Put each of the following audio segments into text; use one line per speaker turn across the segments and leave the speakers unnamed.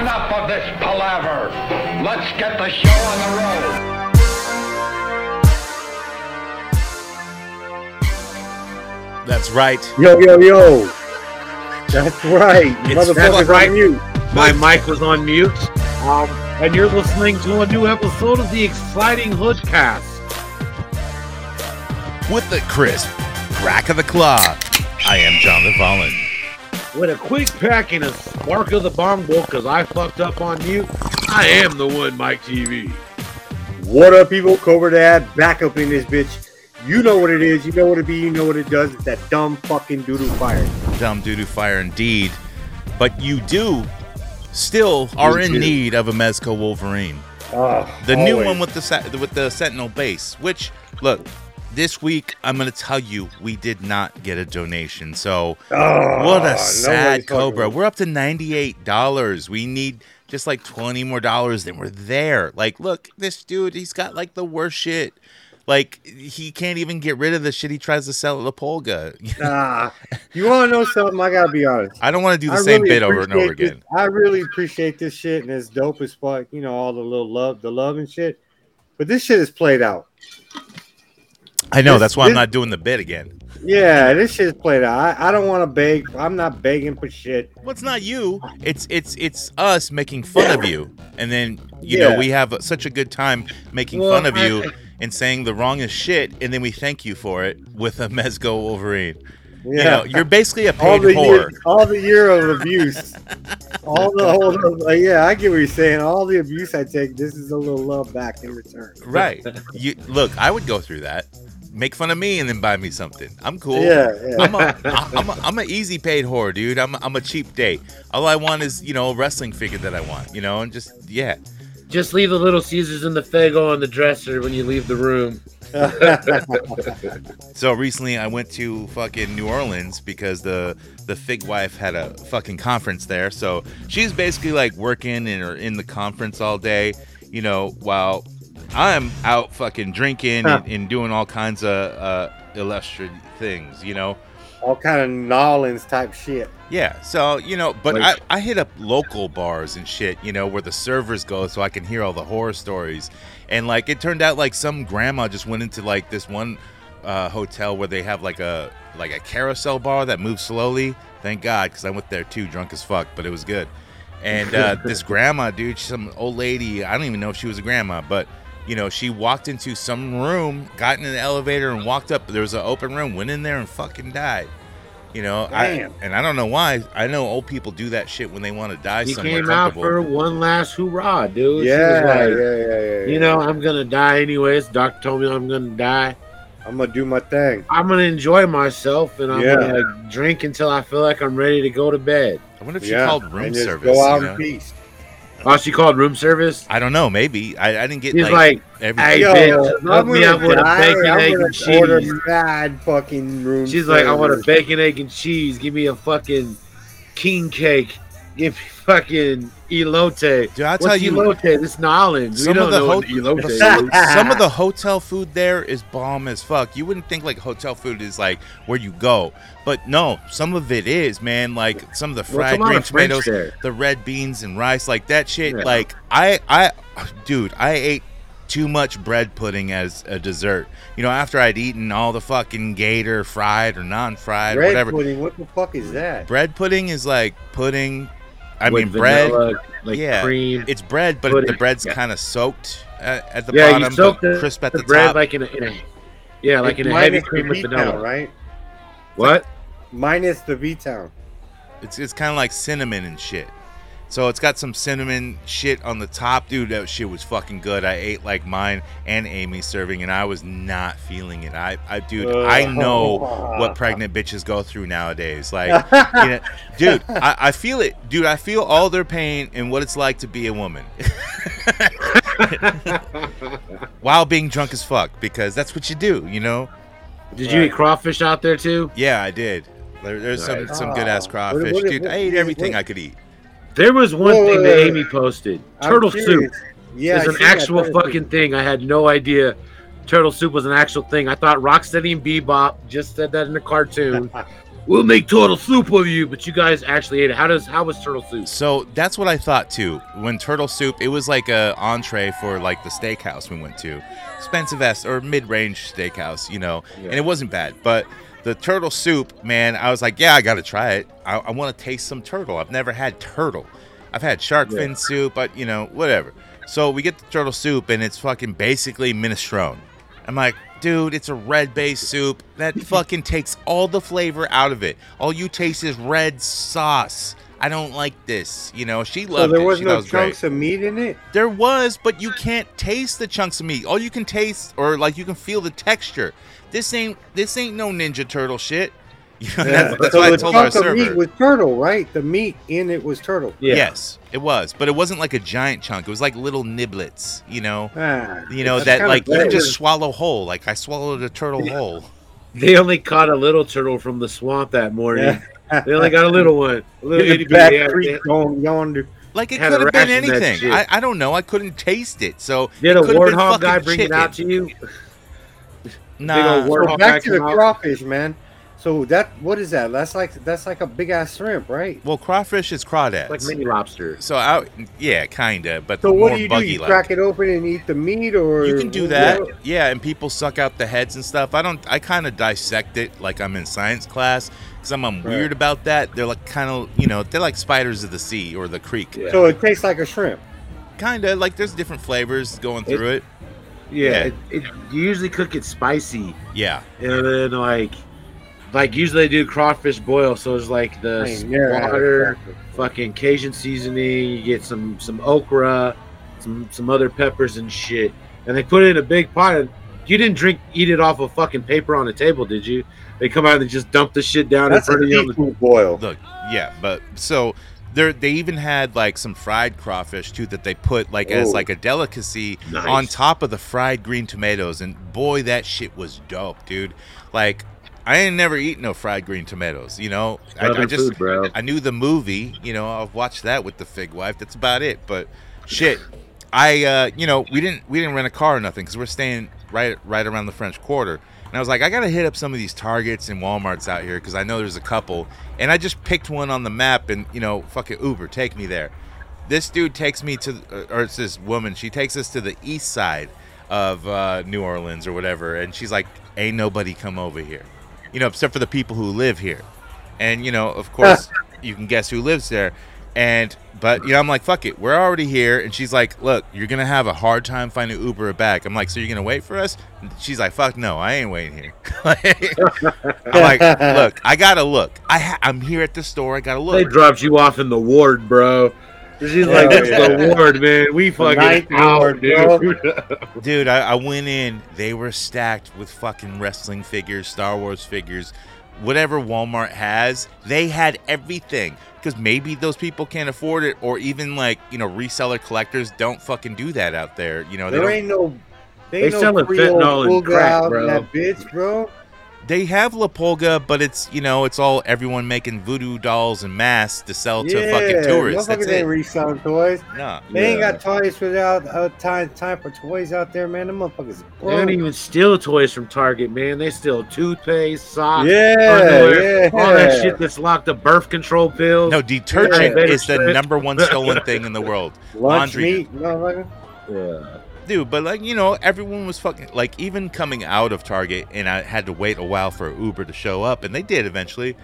enough of this palaver. Let's get the show on the road.
That's right.
Yo, yo, yo. That's right.
It's
Motherfuckers
fucking-
on mute. My mic was on mute. Um, and you're listening to a new episode of the Exciting Hoodcast.
With the crisp crack of the claw, I am Jonathan Fallon.
With a quick pack and a spark of the bongo because I fucked up on mute. I am the one, Mike TV. What up, people? Cobra Dad back up in this bitch. You know what it is. You know what it be. You know what it does. It's that dumb fucking doodoo fire.
Dumb doo doo fire indeed. But you do still are in
do.
need of a Mezco Wolverine.
Ah,
The new
always.
one with the se- with the Sentinel base, which look, this week I'm going to tell you we did not get a donation. So
Ah,
what a
nobody's
sad
fucking
cobra.
with
We're up to $98. We need just like 20 more dollars then we're there. Like look, this dude, he's got like the worst shit. Like he can't even get rid of the shit he tries to sell at La Polga.
Nah, you want to know something? I gotta be honest.
I don't want to do the
I
same
really
bit over and over
appreciate this-
again.
I really appreciate this shit, and it's dope as fuck. You know, all the little love, the love and shit. But this shit is played out.
I know
This-
that's why I'm
this-
not doing the bit again.
Yeah, this shit's played out. I, I don't want to beg. I'm not begging for shit.
Well, it's not you. It's it's it's us making fun of you, and then you know
Yeah.
we have such a good time making
Well,
fun of
I-
you and saying the wrongest shit, and then we thank you for it with a Mezco Wolverine.
Yeah.
You know, you're basically a
all
paid
the
whore.
year, all the year of abuse, all the whole, like, yeah, I get what you're saying. All the abuse I take, this is a little love back in return.
Right. You look. I would go through that. Make fun of me and then buy me something. I'm cool.
Yeah, yeah.
I'm a, I- I'm a, I'm an easy paid whore, dude. I'm a, I'm a cheap date. All I want is you know a wrestling figure that I want. You know, and just yeah.
Just leave the little Caesars and the Fago on the dresser when you leave the room.
So recently, I went to fucking New Orleans because the the fig wife had a fucking conference there. So she's basically like working and or in the conference all day, you know, while I'm out fucking drinking and, and doing all kinds of uh, illustrious things, you know.
all kind of Nolans type shit.
Yeah, so you know, but
Like-
I, I hit up local bars and shit, you know, where the servers go, so I can hear all the horror stories. And like, it turned out like some grandma just went into like this one uh, hotel where they have like a like a carousel bar that moves slowly. Thank God, because I went there too, drunk as fuck, but it was good. And uh, this grandma, dude, she's some old lady. I don't even know if she was a grandma, but you know, she walked into some room, got in an elevator, and walked up. There was an open room, went in there and fucking died. You know,
Damn.
I and I don't know why. I know old people do that shit when they want to die
He
somewhere
came out
comfortable.
for one last hoorah, dude. She
Yeah,
was
yeah,
like,
yeah, yeah, yeah.
You know, I'm gonna die anyways. Doctor told me I'm gonna die.
I'm gonna do my thing.
I'm gonna enjoy myself and I'm
Yeah.
gonna like, drink until I feel like I'm ready to go to bed.
I wonder if she
yeah,
called room
and just
service.
Go out
you
in
know?
peace.
Oh, she called room service.
I don't know. Maybe I, I didn't get
He's
like,
like,
everything.
"Hey,
Yo,
bitch,
if
hook
I'm
me
gonna
up with a
die,
bacon,
I'm
egg,
gonna
and
Order
cheese.
mad fucking room.
She's like, I want a
service.
bacon, egg, and cheese. Give me a fucking king cake. Give me fucking elote.
Dude, I'll
What's
tell you-
elote? This Nolans. We
Some of
don't
the
know what
hot-
elote is.
Some of the hotel food there is bomb as fuck. You wouldn't think like hotel food is like where you go, but no, some of it is, man. Like some of the
Well,
fried
come on,
green
a French
tomatoes,
there.
the red beans and rice, like that shit.
Yeah.
Like I, I, dude, I ate too much bread pudding as a dessert. You know, after I'd eaten all the fucking gator fried or non-fried, or
Red
whatever.
pudding. What the fuck is that?
Bread pudding is like pudding. I
With
mean, bread.
vanilla, like
yeah.
cream.
It's bread, but
pudding,
the bread's
yeah.
kind of soaked at, at the
yeah,
bottom,
you soak
but
the,
crisp at
the
the,
bread
top.
like in a, in a yeah, like
It's
in a
minus
heavy
the
cream with
V-town,
vanilla.
right?
What?
Minus the V town.
It's it's kind of like cinnamon and shit. So it's got some cinnamon shit on the top, dude. That shit was fucking good. I ate like mine and Amy's serving, and I was not feeling it. I, I dude, I know what pregnant bitches go through nowadays. Like, you know, dude, I, I feel it, dude. I feel all their pain and what it's like to be a woman while being drunk as fuck, because that's what you do, you know.
Did you eat crawfish out there too?
Yeah, I did. There, there's some some good ass
Ah.
crawfish,
What- what-
dude.
what-
I ate
what-
everything
what-
I could eat.
There was one
Whoa,
thing
wait,
that
wait,
Amy posted.
I'm
Turtle soup.
curious. Yeah,
is
I
an
see that
actual
turtle
fucking
soup.
thing. I had no idea turtle soup was an actual thing. I thought Rocksteady and Bebop just said that in a cartoon. we'll make turtle soup of you, but you guys actually ate it. How does how was turtle soup?
So that's what I thought too. When turtle soup, it was like a entree for like the steakhouse we went to, expensive ass or mid range steakhouse, you know, and it wasn't bad. But the turtle soup, man, I was like, yeah, I gotta try it. I, I want to taste some turtle. I've never had turtle. I've had shark fin soup, but you know, whatever. So we get the turtle soup, and it's fucking basically minestrone. I'm like, dude, it's a red based soup. That fucking takes all the flavor out of it. All you taste is red sauce. I don't like this. You know, she
So
loved
there
it.
was
She
no
thought it was great.
chunks of meat in it.
There was, but you can't taste the chunks of meat. All you can taste, or like you can feel the texture. This ain't this ain't no Ninja Turtle shit. You know, that's that's
so
what I
the
told our
chunk of
server.
meat was turtle, right? The meat in it was turtle.
Yes, it was, but it wasn't like a giant chunk. It was like little niblets. You know,
Ah,
you know
that's
that
kinda
like you could
gross.
just swallow whole. Like I swallowed a turtle whole.
They only caught a little turtle from the swamp that morning. They only got a little one. A little
In
itty
the back
bitty. Yeah,
creek
they-
going yonder.
Like it
Had a
could have been
ration of that
anything.
shit.
I, I don't know. I couldn't taste it. So
Did a
could've been
warthog guy
fucking
bring it out to you?
nah,
old warthog
So back to
came
the
out.
crawfish, man. So that what is that? That's like that's like a big ass shrimp, right?
well, crawfish is crawdads.
Like mini lobster.
so I, yeah, kinda, but
So
more
what do you do?
buggy
You
like.
crack it open and eat the meat, or
You can do that.
What?
Yeah, and people suck out the heads and stuff. I don't. I kind of dissect it like I'm in science class because I'm, I'm weird about that. They're like kind of you know they're like spiders of the sea or the creek.
Yeah.
So it tastes like a shrimp.
Kind of like there's different flavors going through it.
Yeah.
Yeah.
It, it, you usually cook it spicy.
Yeah,
And then like like usually they do crawfish boil, so it's like the
I ain't never had a
water,
crawfish.
fucking Cajun seasoning, you get some some okra, some some other peppers and shit. And they put it in a big pot and you didn't drink eat it off a fucking paper on a table, did you? They come out and just dump the shit down
That's a
in front of you on the
seafood boil.
look, yeah, but so there they even had like some fried crawfish too that they put like as
Oh.
like a delicacy
Nice.
on top of the fried green tomatoes, and boy, that shit was dope, dude. Like. I ain't never eaten no fried green tomatoes, you know. I, I
Southern
just
food, bro.
I knew the movie, you know, I've watched that with the fig wife. That's about it. But shit, I uh, you know, we didn't we didn't rent a car or nothing cuz we're staying right right around the French Quarter. And I was like, I got to hit up some of these Targets and Walmarts out here cuz I know there's a couple. And I just picked one on the map and, you know, fucking Uber, take me there. This dude takes me to uh, or it's this woman, she takes us to the east side of uh, New Orleans or whatever and she's like, "Ain't nobody come over here." You know, except for the people who live here and you know of course you can guess who lives there and but you know i'm like fuck it we're already here and she's like look you're gonna have a hard time finding uber back i'm like so you're gonna wait for us And she's like fuck no i ain't waiting here i'm like look i gotta look i ha- i'm here at the store i gotta
They
look
dropped you off in the ward, bro. She's like,
Yeah,
that's
yeah.
the ward, man. We
ninth
fucking
ward,
out,
bro.
dude.
dude I, I went in they were stacked with fucking wrestling figures star wars figures whatever walmart has they had everything because maybe those people can't afford it or even like you know reseller collectors don't fucking do that out there you know they
There
don't,
ain't no.
They
They,
selling fentanyl and crack, bro.
That bitch, bro.
they have la polga but it's you know it's all everyone making voodoo dolls and masks to sell Oh, to
yeah,
fucking tourists that's
motherfuckers ain't
it
reselling toys.
no
They ain't
Yeah.
got toys without uh, time time for toys out there, man. Them motherfuckers.
They don't even steal toys from Target, man. They steal toothpaste,
Ah.
socks,
yeah,
underwear, all that
yeah.
shit that's locked up, birth control pills.
no detergent
Yeah.
is the number one stolen thing in the world
Lunch
Laundry.
meat, motherfucker.
Yeah.
dude but like you know everyone was fucking like even coming out of target and i had to wait a while for uber to show up and they did eventually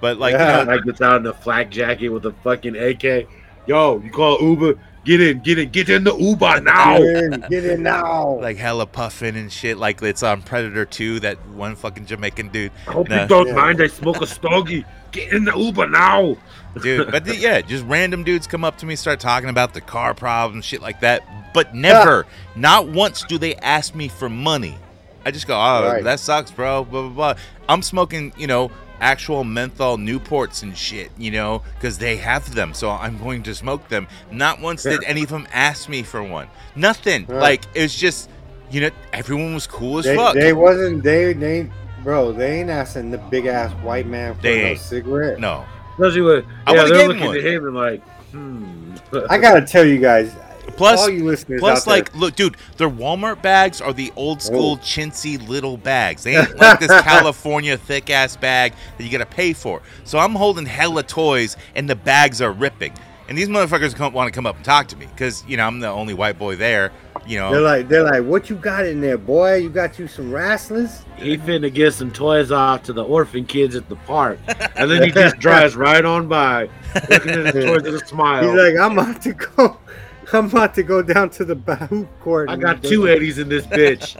but like
Yeah.
you know,
Like gets out in a flak jacket with a fucking AK. Yo, you call Uber? Get in, get in, get in the Uber now.
Get in, get in now.
like hella puffin and shit like it's on predator 2 that one fucking jamaican dude
I hope
Nah.
you don't
Yeah.
mind. I smoke a stogie. Get in the Uber now.
dude but the, yeah just random dudes come up to me start talking about the car problem shit like that but never not once do they ask me for money i just go oh
Right.
that sucks bro blah blah blah i'm smoking you know actual menthol newports and shit you know because they have them so i'm going to smoke them not once did any of them ask me for one nothing
Right.
like it's just you know everyone was cool as
they,
fuck
they wasn't. They they bro. They ain't asking the big ass white man for
They
no
ain't.
cigarette.
no
Especially when
I
yeah,
would've
they're
gave him
looking
one.
at him and like, hmm.
I gotta tell you guys,
Plus-
all you listeners
Plus,
out there, Oh.
like, look, dude, their Walmart bags are the old school chintzy little bags. They ain't like this California thick ass bag that you gotta pay for. So I'm holding hella toys, and the bags are ripping. And these motherfuckers come, want to come up and talk to me because you know I'm the only white boy there. You know,
they're like, they're like, what you got in there, boy? You got you some wrestlers?
He finna get some toys off to the orphan kids at the park, and then he just drives right on by, looking at his toys with a smile.
He's like, I'm about to go. I'm about to go down to the Bahu court.
I
and
got
go-
two 80s in this bitch.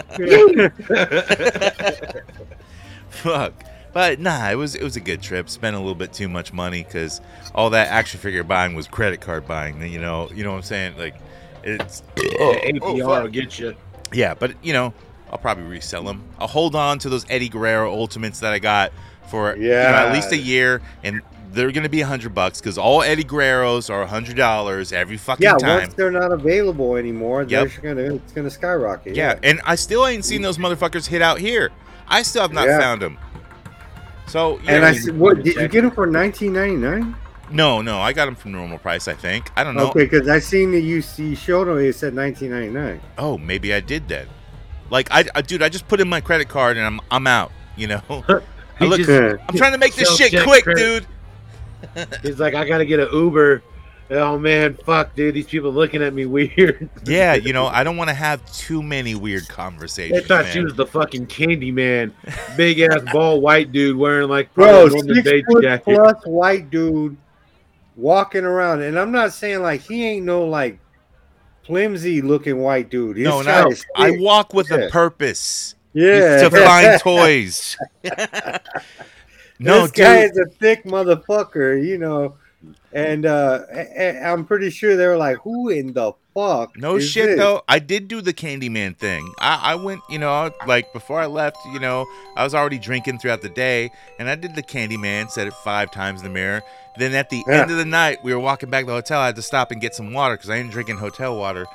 fuck. But nah, it was it was a good trip. Spent a little bit too much money because all that action figure buying was credit card buying. You know, you know what I'm saying? Like, it's
APR
oh, fuck.
will get you.
Yeah, but you know, I'll probably resell them. I'll hold on to those Eddie Guerrero ultimates that I got for you know, at least a year, and they're gonna be a hundred bucks because all Eddie Guerreros are a hundred dollars every fucking
Yeah,
time.
once they're not available anymore, they're
Yep.
just gonna it's gonna skyrocket.
Yeah. and I still ain't seen those motherfuckers hit out here. I still have not
Yeah.
found them. So you
And
know,
I said, what did you get them for 19.99?
no, no, I got them from normal price. I think I don't know.
Okay, because I seen the UC showed them. It said 19.99.
Oh, maybe I did then. Like I, I, dude, I just put in my credit card and I'm, I'm out. You know, I
He
look,
just-
Yeah.
I'm trying to make this
Self
shit
check
quick,
credit.
dude.
He's like, I gotta get an Uber. Oh man, fuck, dude, these people looking at me weird.
Yeah, you know, I don't want to have too many weird
They
conversations.
thought
man.
she was the fucking candy man, big ass bald white dude wearing like
Bro,
probably a Norman
six
Bates
foot
jacket.
plus white dude walking around, and I'm not saying like he ain't no like flimsy looking white dude. This
no,
guy
no.
is
I
thick.
walk with a
Yeah.
purpose
yeah,
to find toys. no,
this guy
dude.
is a thick motherfucker, you know. And uh a- a- I'm pretty sure they were like, "Who in the fuck?"
No
is
shit
this?
though. I did do the Candyman thing. I, I went, you know, like before I left, you know, I was already drinking throughout the day, and I did the Candyman. Said it five times in the mirror. Then at the
Yeah.
end of the night, we were walking back to the hotel. I had to stop and get some water because I ain't drinking hotel water.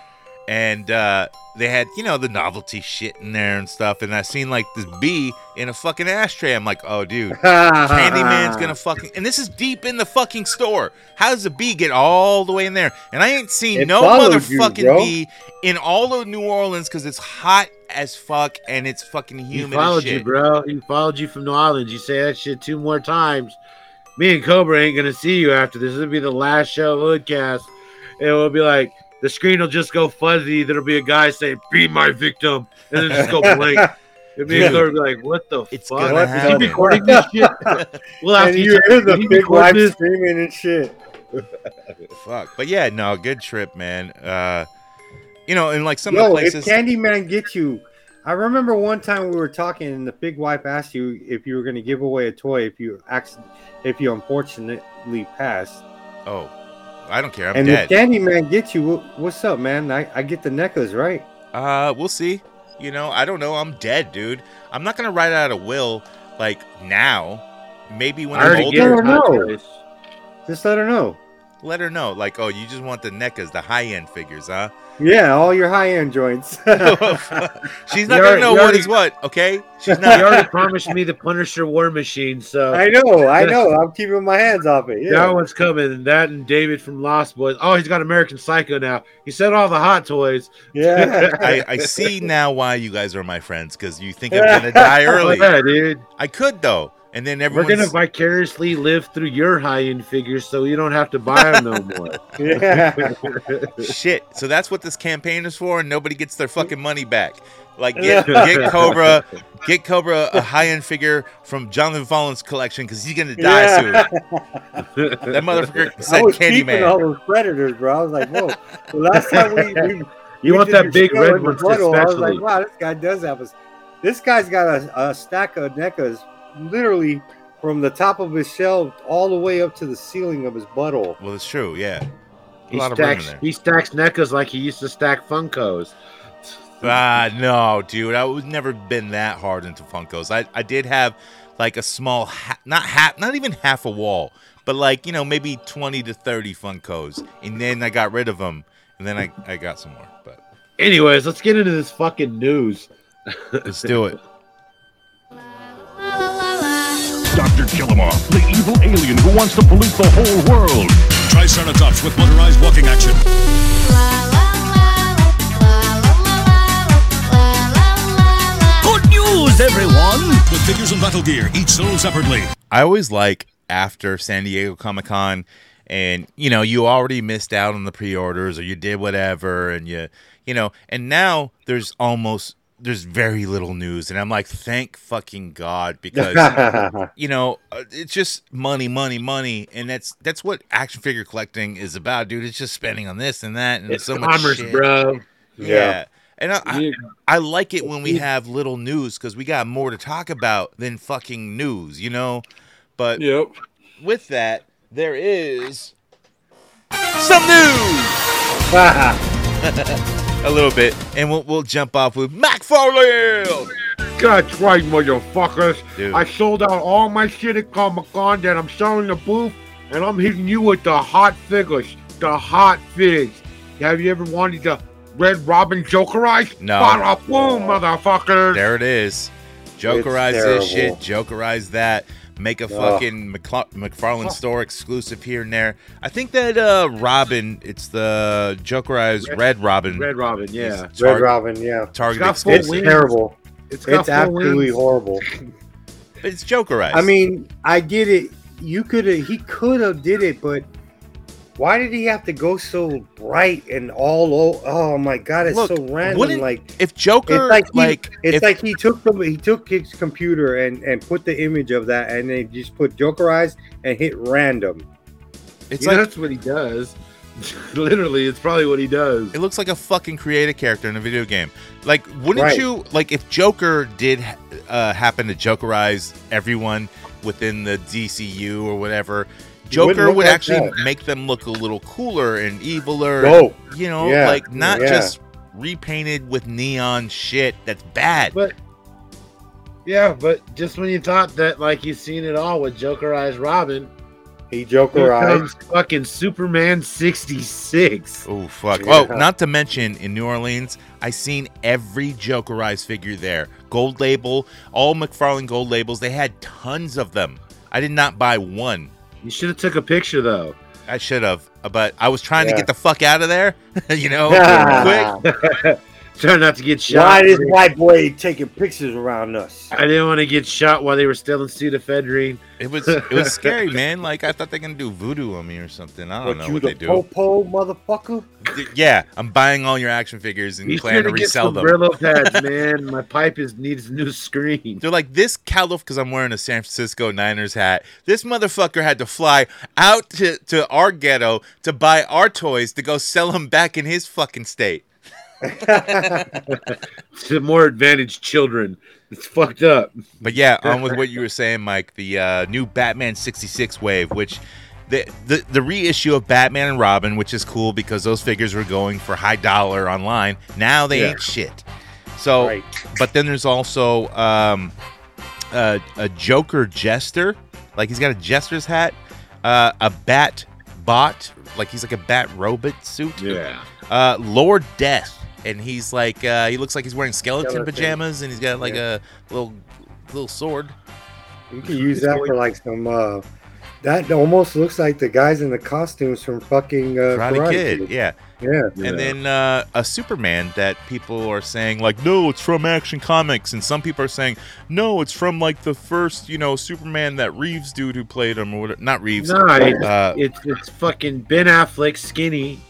and uh, they had you know the novelty shit in there and stuff. And I seen like this bee in a fucking ashtray. I'm like, oh dude, Candyman's
Uh-uh.
gonna fucking. And this is deep in the fucking store. How does the bee get all the way in there? And I ain't seen
It
no
follows you,
motherfucking
bro.
bee in all of New Orleans because it's hot as fuck and it's fucking
He
humid. as
followed
shit.
you, bro. He followed you from New Orleans. You say that shit two more times. Me and Cobra ain't gonna see you after this. It'll be the last show of Hoodcast. And it'll be like the screen will just go fuzzy. There'll be a guy saying, Be my victim, and then just go blank. And me and Cobra be like, What the
It's
fuck?
gonna
Is he
happen.
recording this shit?
And
Well, after
you hear the
he
big
record
wife
this?
screaming and shit.
Fuck. But yeah, no, good trip, man. Uh, you know, and like some of
Yo,
the
if
places.
Candyman gets you, I remember one time we were talking, and the big wife asked you if you were gonna give away a toy if you accident, if you unfortunately passed.
oh, I don't care. I'm
and
dead.
if Candyman gets you, wh- what's up, man? I, I get the necklace, right?
Uh, we'll see. You know, I don't know. I'm dead, dude. I'm not gonna write out a will like now. Maybe when
I
I'm
already
older,
gave her
No,
hot
no.
toys.
Just let her know.
let her know. Like, oh, you just want the NECAs, the high end figures, huh?
Yeah, all your high end joints.
She's not
You
gonna
already-
know
you
what
already-
is what. Okay, she's
He
not.
already promised me the Punisher War Machine, so
I know, I know. I'm keeping my hands off it.
That
Yeah.
one's coming. That and David from Lost Boys. Oh, he's got American Psycho now. He said all the hot toys.
Yeah.
I, I see now why you guys are my friends because you think I'm gonna die early.
Yeah, dude.
I could though, and then
We're gonna
everyone's
vicariously live through your high end figures, so you don't have to buy them no more.
yeah.
shit. So that's what this campaign is for, and nobody gets their fucking money back. Like get, get Cobra, get Cobra a high end figure from Jonathan Fallon's collection because he's gonna die
Yeah.
soon. That motherfucker
I
said
was keeping
Candyman.
all those predators, bro. I was like, whoa. The last time we, we
You
we
want
did
that
your
big
show
red
in
one
Pueblo, I was
especially?
like, wow, this guy does have us. This guy's got a, a stack of NECAs literally from the top of his shelf all the way up to the ceiling of his butthole.
Well, it's true, yeah. A
He
lot of room in
stacks
there.
he stacks NECAs like he used to stack Funkos.
Ah, no, dude. I was never been that hard into Funkos. I, I did have like a small, ha- not half, not even half a wall, but like, you know, maybe 20 to 30 Funkos. And then I got rid of them. And then I, I got some more. But
Anyways, let's get into this fucking news.
let's do it.
Dr. Killamoff, the evil alien who wants to pollute the whole world.
Triceratops with motorized walking action.
la la la
figures and battle gear, each sold separately.
I always like after San Diego Comic Con, and you know, you already missed out on the pre-orders, or you did whatever, and you, you know, and now there's almost there's very little news, and I'm like, thank fucking god, because you know, uh, it's just money, money, money, and that's that's what action figure collecting is about, dude. It's just spending on this and that, and
It's
so much
commerce,
shit.
bro.
Yeah. And I, I,
Yeah.
I like it when we have little news because we got more to talk about than fucking news, you know? But
Yep.
with that, there is some news! A little bit. And we'll, we'll jump off with Mac Farley!
That's right, motherfuckers.
Dude.
I sold out all my shit at Comic Con that I'm selling the booth, and I'm hitting you with the hot figures. The hot figs. Have you ever wanted the Red Robin Jokerize?
No.
Bada boom, motherfuckers.
There it is. Jokerize this shit, jokerize that. Make a fucking McCla- McFarlane store exclusive here and there. I think that uh Robin, it's the Jokerized Red, Robin.
Red Robin,
is
yeah.
Red
tar-
Robin, yeah.
Target
got full
exclusive.
It's
wings.
terrible.
got
It's
four
absolutely
wings.
horrible.
It's Jokerized.
I mean, I get it. You could have, he could have did it, but why did he have to go so bright and all? o- Oh my god, it's
Look,
so random.
wouldn't-
Like
if Joker,
it's
like,
like he, it's
if-
like he took the he took his computer and and put the image of that, and they just put Jokerized and hit random.
it's
You know,
like
that's what he does. Literally, it's probably what he does.
it looks like a fucking created character in a video game. Like, wouldn't
Right.
you like if Joker did uh, happen to Jokerize everyone within the DCU or whatever? Joker
look
would
like
actually
that.
make them look a little cooler and eviler. and,
Go.
you know,
Yeah.
like not
Yeah.
just repainted with neon shit. That's bad.
But yeah, but just when you thought that, like you've seen it all with Jokerized Robin,
He
here
Jokerized.
comes fucking Superman sixty six.
Oh fuck!
Yeah.
Oh, not to mention in New Orleans, I seen every Jokerized figure there. Gold label, all McFarlane gold labels. They had tons of them. I did not buy one.
You should have took a picture though.
I should have, but I was trying to
Yeah.
get the fuck out of there. you know,
Ah,
quick.
Try not to get shot.
Why is white boy taking pictures around us?
I didn't want to get shot while they were still in pseudoephedrine.
It was it was scary, man. Like I thought they were gonna do voodoo on me or something. I don't
But
know what
the
they do.
popo motherfucker.
D- Yeah, I'm buying all your action figures and
You
plan
should
to
have get
resell
some
them.
Brillo pads, man. My pipe is needs a new screen.
They're like, this Calif, because I'm wearing a San Francisco Niners hat, this motherfucker had to fly out to, to our ghetto to buy our toys to go sell them back in his fucking state.
To more advantaged children. It's fucked up.
But yeah, on with what you were saying, Mike, the uh, new Batman 66 wave, which the, the, the reissue of Batman and Robin, which is cool because those figures were going for high dollar online. Now they
Yeah.
ain't shit. So,
Right.
but then there's also um, a, a Joker jester, like he's got a jester's hat, uh, a bat bot, like he's like a bat robot suit.
Yeah.
Uh, Lord Death, and he's like uh, he looks like he's wearing skeleton,
Skeleton.
pajamas, and he's got like a little little sword.
You can use that for like some. uh That almost looks like the guys in the costumes from fucking uh,
Karate, Kid, yeah.
Yeah.
And then uh, a Superman that people are saying like, no, it's from Action Comics, and some people are saying, no, it's from like the first, you know, Superman that Reeves dude who played him or whatever. Not Reeves.
No, it-
Uh,
it's it's fucking Ben Affleck skinny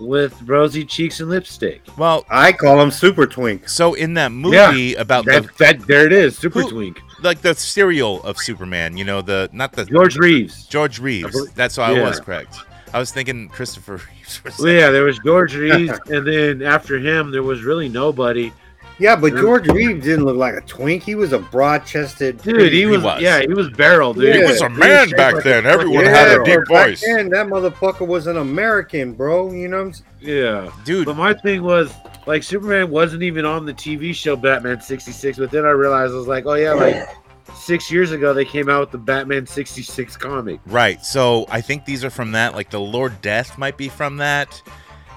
with rosy cheeks and lipstick.
well,
I call them super twinks.
so in that movie about Uh, the,
That, that there it is, Super
Who-
Twink.
like the serial of Superman, you know, the not the
George Reeves.
George Reeves.
believe-
That's why I
Yeah.
was correct. I was thinking Christopher Reeves. For a
Well,
second.
yeah, there was George Reeves, and then after him, there was really nobody.
Yeah, but George Reeves didn't look like a twink. He was a broad-chested
Dude, he was,
was.
yeah, he was barrel, dude.
He was
a man back then. Everyone
had a
but
deep
back
voice.
Then, that motherfucker was an American, bro. You know what I'm saying?
yeah.
dude,
But my thing was like Superman wasn't even on the TV show Batman '66. But then I realized I was like, oh yeah, like six years ago they came out with the Batman '66 comic.
Right. So I think these are from that. Like the Lord Death might be from that.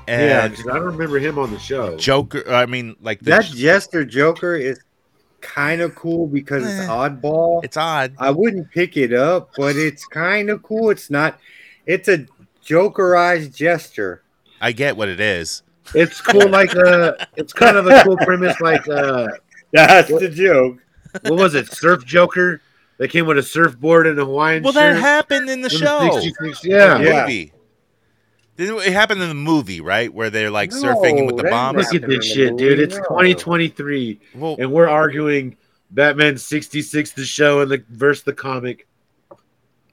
Yeah,
And
'cause I don't remember him on the show.
Joker. I mean, like the,
That Jester Joker is kind of cool because it's
Eh.
oddball.
It's odd.
I wouldn't pick it up, but it's kind of cool. It's not. It's a Jokerized gesture.
I get what it is.
It's cool, like uh, it's kind of a cool premise, like uh,
That's the joke.
what was it? Surf Joker. They came with a surfboard and a Hawaiian
Well,
shirt.
that happened in the
In
show.
66 yeah.
Yeah.
Movie. Didn't it happened in the movie, right? Where they're like
No,
surfing with the
that
bombs.
Look at this shit, dude. It's 2023,
Well,
and we're arguing Batman 66, the show, and the versus the comic.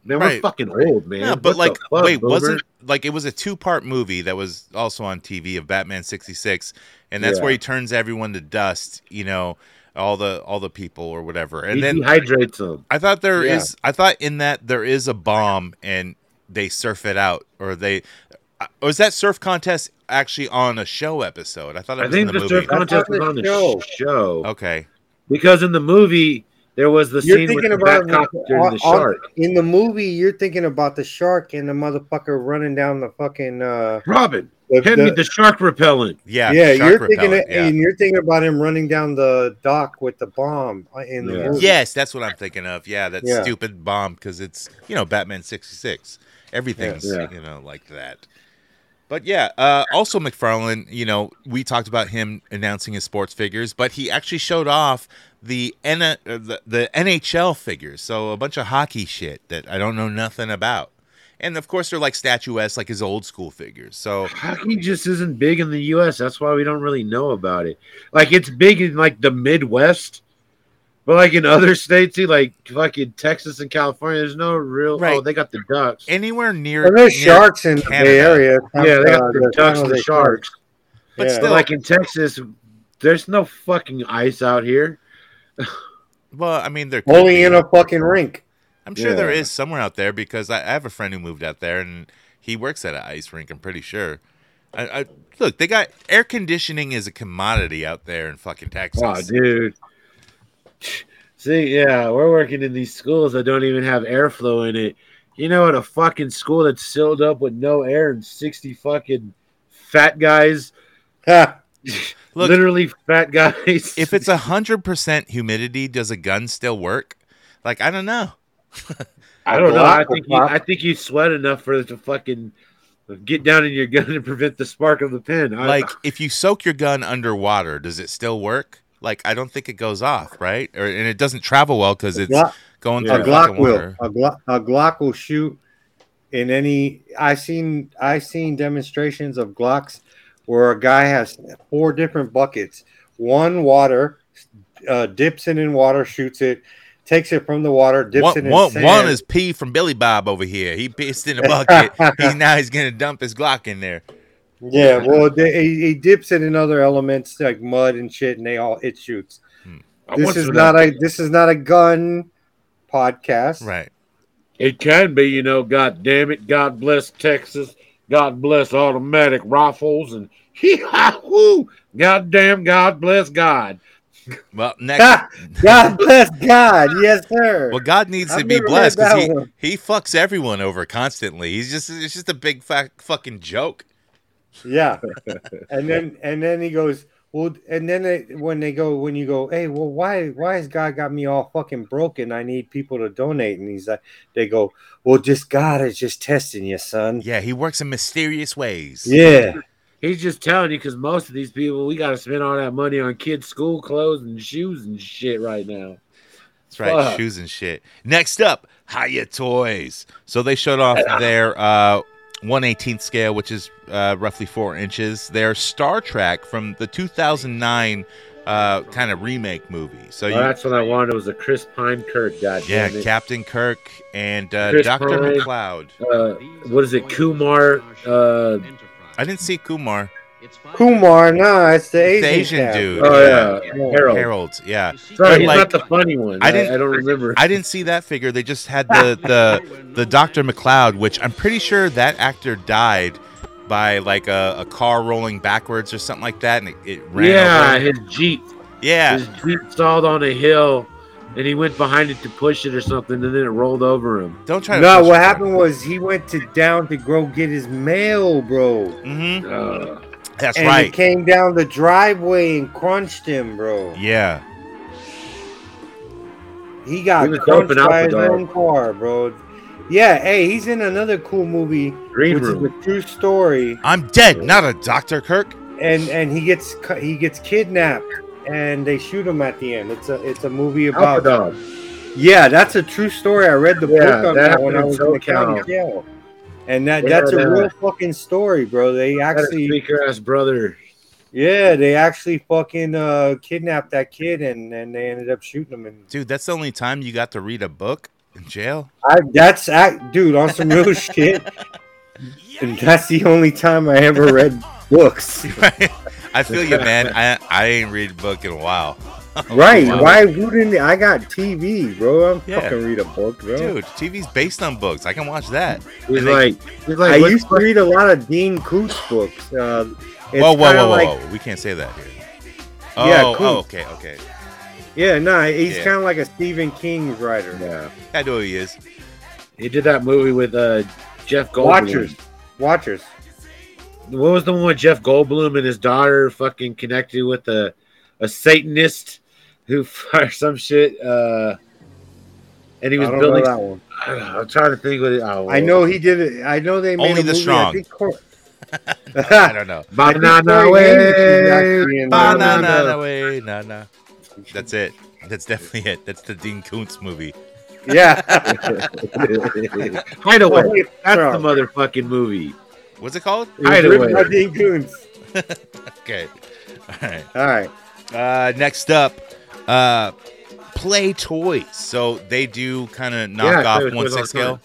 Man,
Right.
we're fucking old, man.
yeah,
What
but
the
like,
fuck,
wait,
Boomer?
wasn't like it was a two-part movie that was also on TV of Batman '66, and that's
Yeah.
where he turns everyone to dust. You know, all the all the people or whatever, and
he
then
dehydrates them?
I thought there is.
Yeah.
I thought in that there is a bomb and they surf it out, or they. uh, Or is that surf contest actually on a show episode? I thought it
I
was
think
in the,
the,
movie.
surf contest was
That's
on
on
the
the show.
show
okay,
because in the movie there was the
You're
scene
thinking
with the
about
Batcop
the,
during the
on-
shark.
in the movie. You're thinking about the shark and the motherfucker running down the fucking. Uh,
Robin,
the-
hand me
the-
the shark repellent.
yeah,
yeah,
shark
you're thinking
repellent,
it, and you're thinking about him running down the dock with the bomb uh, in the
Yeah.
movie.
Yes, that's what I'm thinking of. Yeah, that
Yeah.
stupid bomb because it's you know Batman '66. Everything's
Yeah.
you know like that. But yeah, uh, also McFarlane. You know, we talked about him announcing his sports figures, but he actually showed off the N- uh, the, the NHL figures. So a bunch of hockey shit that I don't know nothing about. And of course, they're like statuesque, like his old school figures. So
Hockey just isn't big in the U.S. That's why we don't really know about it. Like it's big in like the Midwest, but like in other states, too, like fucking Texas and California, there's no real. Oh,
Right.
they got the ducks.
anywhere near,
And there's
near-
sharks in the
Canada.
Bay Area.
yeah, they got
Uh,
Oh, the
San
ducks and the
Jose
sharks.
but
Yeah.
still,
But like in Texas, there's no fucking ice out here.
well, I mean, they're
Only in a fucking rink.
I'm sure there
Yeah.
is somewhere out there because I, I have a friend who moved out there and he works at an ice rink. I'm pretty sure. I, I look, they got air conditioning is a commodity out there in fucking Texas.
Oh, dude. See, yeah, we're working in these schools that don't even have airflow in it. You know what? A fucking school that's sealed up with no air and 60 fucking fat guys,
Ha.
Look-
literally fat guys.
If it's a hundred percent humidity, does a gun still work? Like I don't know.
I don't know.
Black
I think you,
o'clock.
I think you sweat enough for it to fucking get down in your gun and prevent the spark of the pin. I,
Like if you soak your gun underwater, does it still work? Like I don't think it goes off, right? Or and it doesn't travel well because it's
Glock-
going
a
through
Glock
fucking
will. Uh,
water.
A Glock, a Glock will shoot in any. I seen I seen demonstrations of Glocks where a guy has four different buckets. One water uh, dips it in water, shoots it, takes it from the water, dips it
One,
in
one,
sand.
one is P from Billy Bob over here. He pissed in a bucket. he's now he's gonna dump his Glock in there.
yeah. Well, they, he, he dips it in other elements like mud and shit, and they all it shoots.
I
This
want
is
some of
not
that.
a this is not a gun podcast.
Right.
It can be, you know, God damn it. God bless Texas. God bless automatic rifles and hee ha hoo. God damn, God bless God.
Well, next,
Ah, God bless God. Yes, sir.
well, God needs to
I've
be
never
blessed
read
because
that
he,
one.
he fucks everyone over constantly. He's just it's just a big fa- fucking joke.
Yeah. and then and then he goes, well, and then they, when they go, when you go, hey, well, why why has God got me all fucking broken? I need people to donate, and he's like, they go, well, just God is just testing you, son.
Yeah, he works in mysterious ways.
Yeah.
He's just telling you because most of these people, we got to spend all that money on kids' school clothes and shoes and shit right now.
That's right,
Fuck.
shoes and shit. Next up, Haya Toys. So they showed off their uh, 118th scale, which is uh, roughly four inches. Their Star Trek from the 2009 uh, kind of remake movie. So
Oh,
you,
that's what I wanted was a Chris Pine Kurt, God
yeah,
damn it.
Captain Kirk and uh,
Chris
Doctor
Pine.
McCloud.
uh, what is it, Kumar? Uh,
I didn't see Kumar.
Kumar, nah, it's the Asian,
the Asian
cat.
dude.
oh, yeah, Harold.
Harold. Yeah.
Sorry, he's
But,
not the funny one.
I
I,
didn't-
I, don't remember.
I didn't see that figure. They just had the the the Doctor McCloud, which I'm pretty sure that actor died by like a, a car rolling backwards or something like that, and it, it ran.
yeah,
over him.
his Jeep.
yeah.
His Jeep stalled on a hill, and he went behind it to push it or something, and then it rolled over him.
Don't try. to
No, what happened was he went to down to go get his mail, bro.
Mm-hmm.
Uh,
That's
and he
right.
came down the driveway and crunched him, bro.
Yeah.
He got
He was
crunched
doping out
by
the
his
dog.
own car, bro. Yeah, hey, he's in another cool movie,
green
which
room.
is a true story,
I'm dead, not a Doctor Kirk.
and and he gets cu- he gets kidnapped and they shoot him at the end. It's a it's a movie
Alpha
about
Dog.
yeah, that's a true story. I read the
Yeah,
book on
that
that when I
happened
was
in
in the county
SoCal.
jail. And that,
Yeah,
that's a
that-
real fucking story, bro. They actually
Speaker ass brother.
Yeah, they actually fucking uh, kidnapped that kid, and and they ended up shooting him. And
Dude, that's the only time you got to read a book in jail.
I, that's I, dude on some real shit. And that's the only time I ever read books.
I feel you, man. I I ain't read a book in a while.
Right?
Wow.
Why wouldn't I got TV, bro? I'm
Yeah.
fucking read a book, bro.
Dude, TV's based on books. I can watch that.
He's
And they-
like, he's
I
like, what
used to read a lot of Dean Koontz books. Uh, it's
whoa, whoa,
kinda
whoa, whoa,
like,
whoa. We can't say that here. Oh,
Yeah, cool.
oh, okay, okay.
Yeah, no, he's
Yeah.
kind of like a Stephen King writer.
yeah.
I know who he is.
He did that movie with uh, Jeff Goldblum.
Watchers, Watchers.
What was the one with Jeff Goldblum and his daughter fucking connected with a, a Satanist who or some shit? Uh, and he
I
was
don't
building.
know that one.
I'm trying to think what it. Oh,
I know he did it. I know they made
Only
a
the
movie, I
strong.
think Cor- Ah.
I don't know.
Banana
Corey Haim is actually
way.
in there.
Banana,
Banana.
way, na, na. That's it. That's definitely it. That's the Dean Koontz movie.
yeah.
Hideaway.
Hideaway.
That's
Bro.
the motherfucking movie.
What's it called?
Hideaway.
Ripped by Dean Koontz.
Okay. All right.
All right.
Uh, next up, uh, Play Toys. So they do kind of knock
Yeah, I
off
play with
one
toys all
six
the time.
scale.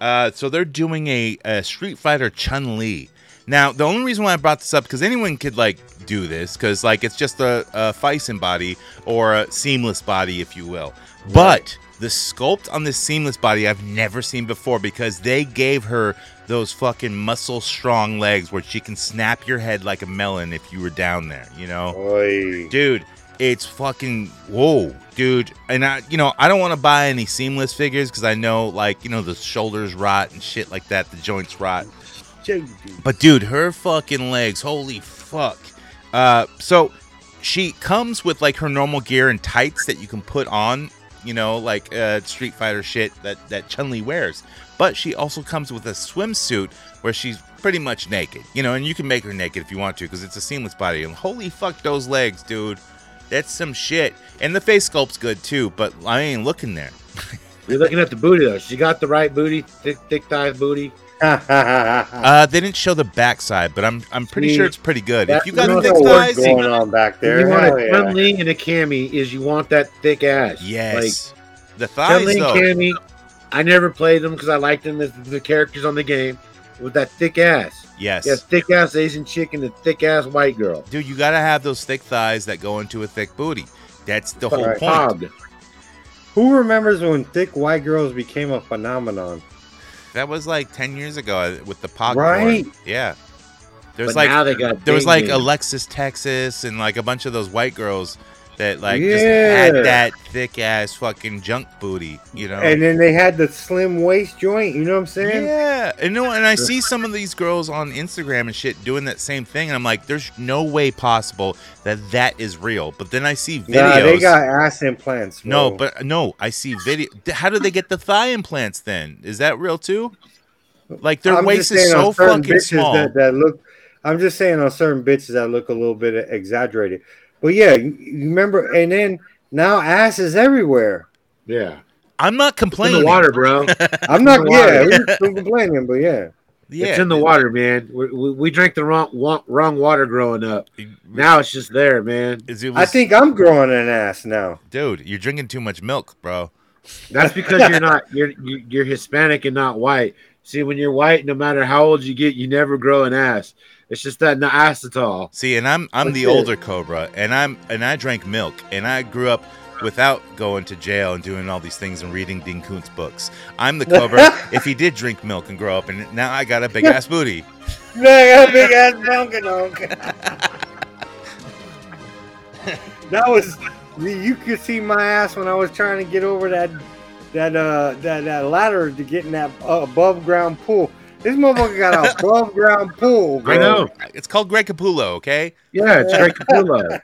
Uh, so they're doing a, a Street Fighter Chun Li. Now the only reason why I brought this up because anyone could like do this because like it's just a, a Fison body or a seamless body, if you will. But the sculpt on this seamless body I've never seen before because they gave her those fucking muscle strong legs where she can snap your head like a melon if you were down there, you know
Oy.
dude it's fucking whoa dude and i you know i don't want to buy any seamless figures because i know like you know the shoulders rot and shit like that the joints rot but dude her fucking legs holy fuck uh so she comes with like her normal gear and tights that you can put on you know like uh street fighter shit that that chun li wears but she also comes with a swimsuit where she's pretty much naked, you know, and you can make her naked if you want to because it's a seamless body. And holy fuck, those legs, dude. That's some shit. And the face sculpt's good too, but I ain't looking there.
You're looking at the booty though. She got the right booty, thick, thick thigh booty.
Uh, they didn't show the backside, but I'm I'm pretty
See,
sure it's pretty good. If
that-
you
You know
got thick
the work
thighs,
going on back there.
you want
Hell
a
yeah.
Chun Li and a Cammy is you want that thick ass.
yes, the
Like Chun
thighs
Li and
though.
Cammy, I never played them because I liked them as the characters on the game with that thick ass.
yes.
Yeah, thick ass Asian chick and a thick ass white girl.
dude, you gotta have those thick thighs that go into a thick booty. That's the whole
Alright.
point.
Bobbed.
Who remembers when thick white girls became a phenomenon?
That was like ten years ago uh, with the popcorn.
Right.
Yeah. There's
But
like
now they got
there was
big
like
men.
Alexis Texas and like a bunch of those white girls that like just
Yeah.
had that thick ass fucking junk booty, you know.
And then they had the slim waist joint. You know what I'm saying?
yeah, and no, and I see some of these girls on Instagram and shit doing that same thing, and I'm like, there's no way possible that that is real. But then I see videos.
Nah, they got ass implants.
no,
bro.
but no, I see video. How do they get the thigh implants? Then is that real too? Like their
I'm
waist
just
is
saying
so
on certain
fucking
bitches
small.
That, that look, I'm just saying on certain bitches that look a little bit exaggerated. But yeah, you you remember, and then now ass is everywhere.
Yeah.
I'm not
It's in
complaining.
the water, bro.
I'm not,
Why?
yeah, we're complaining, but yeah.
Yeah,
It's in the water, man. We, we, we drank the wrong, wrong wrong water growing up. Now it's just there, man.
Is it
I
was-
think I'm growing an ass now.
dude, you're drinking too much milk, bro.
That's because you're not you're you- you're Hispanic and not white. See, when you're white, no matter how old you get, you never grow an ass. It's just that na- acetol.
See, and I'm I'm
That's
the
it.
older Cobra, and I'm and I drank milk, and I grew up without going to jail and doing all these things and reading Dean Koontz books. I'm the Cobra. if he did drink milk and grow up, and now I got a big ass booty.
big ass that was you could see my ass when I was trying to get over that that uh that, that ladder to get in that uh, above ground pool. This motherfucker got an above ground pool. Bro.
I know.
It's called Greg Capullo, okay?
Yeah, it's great Capullo.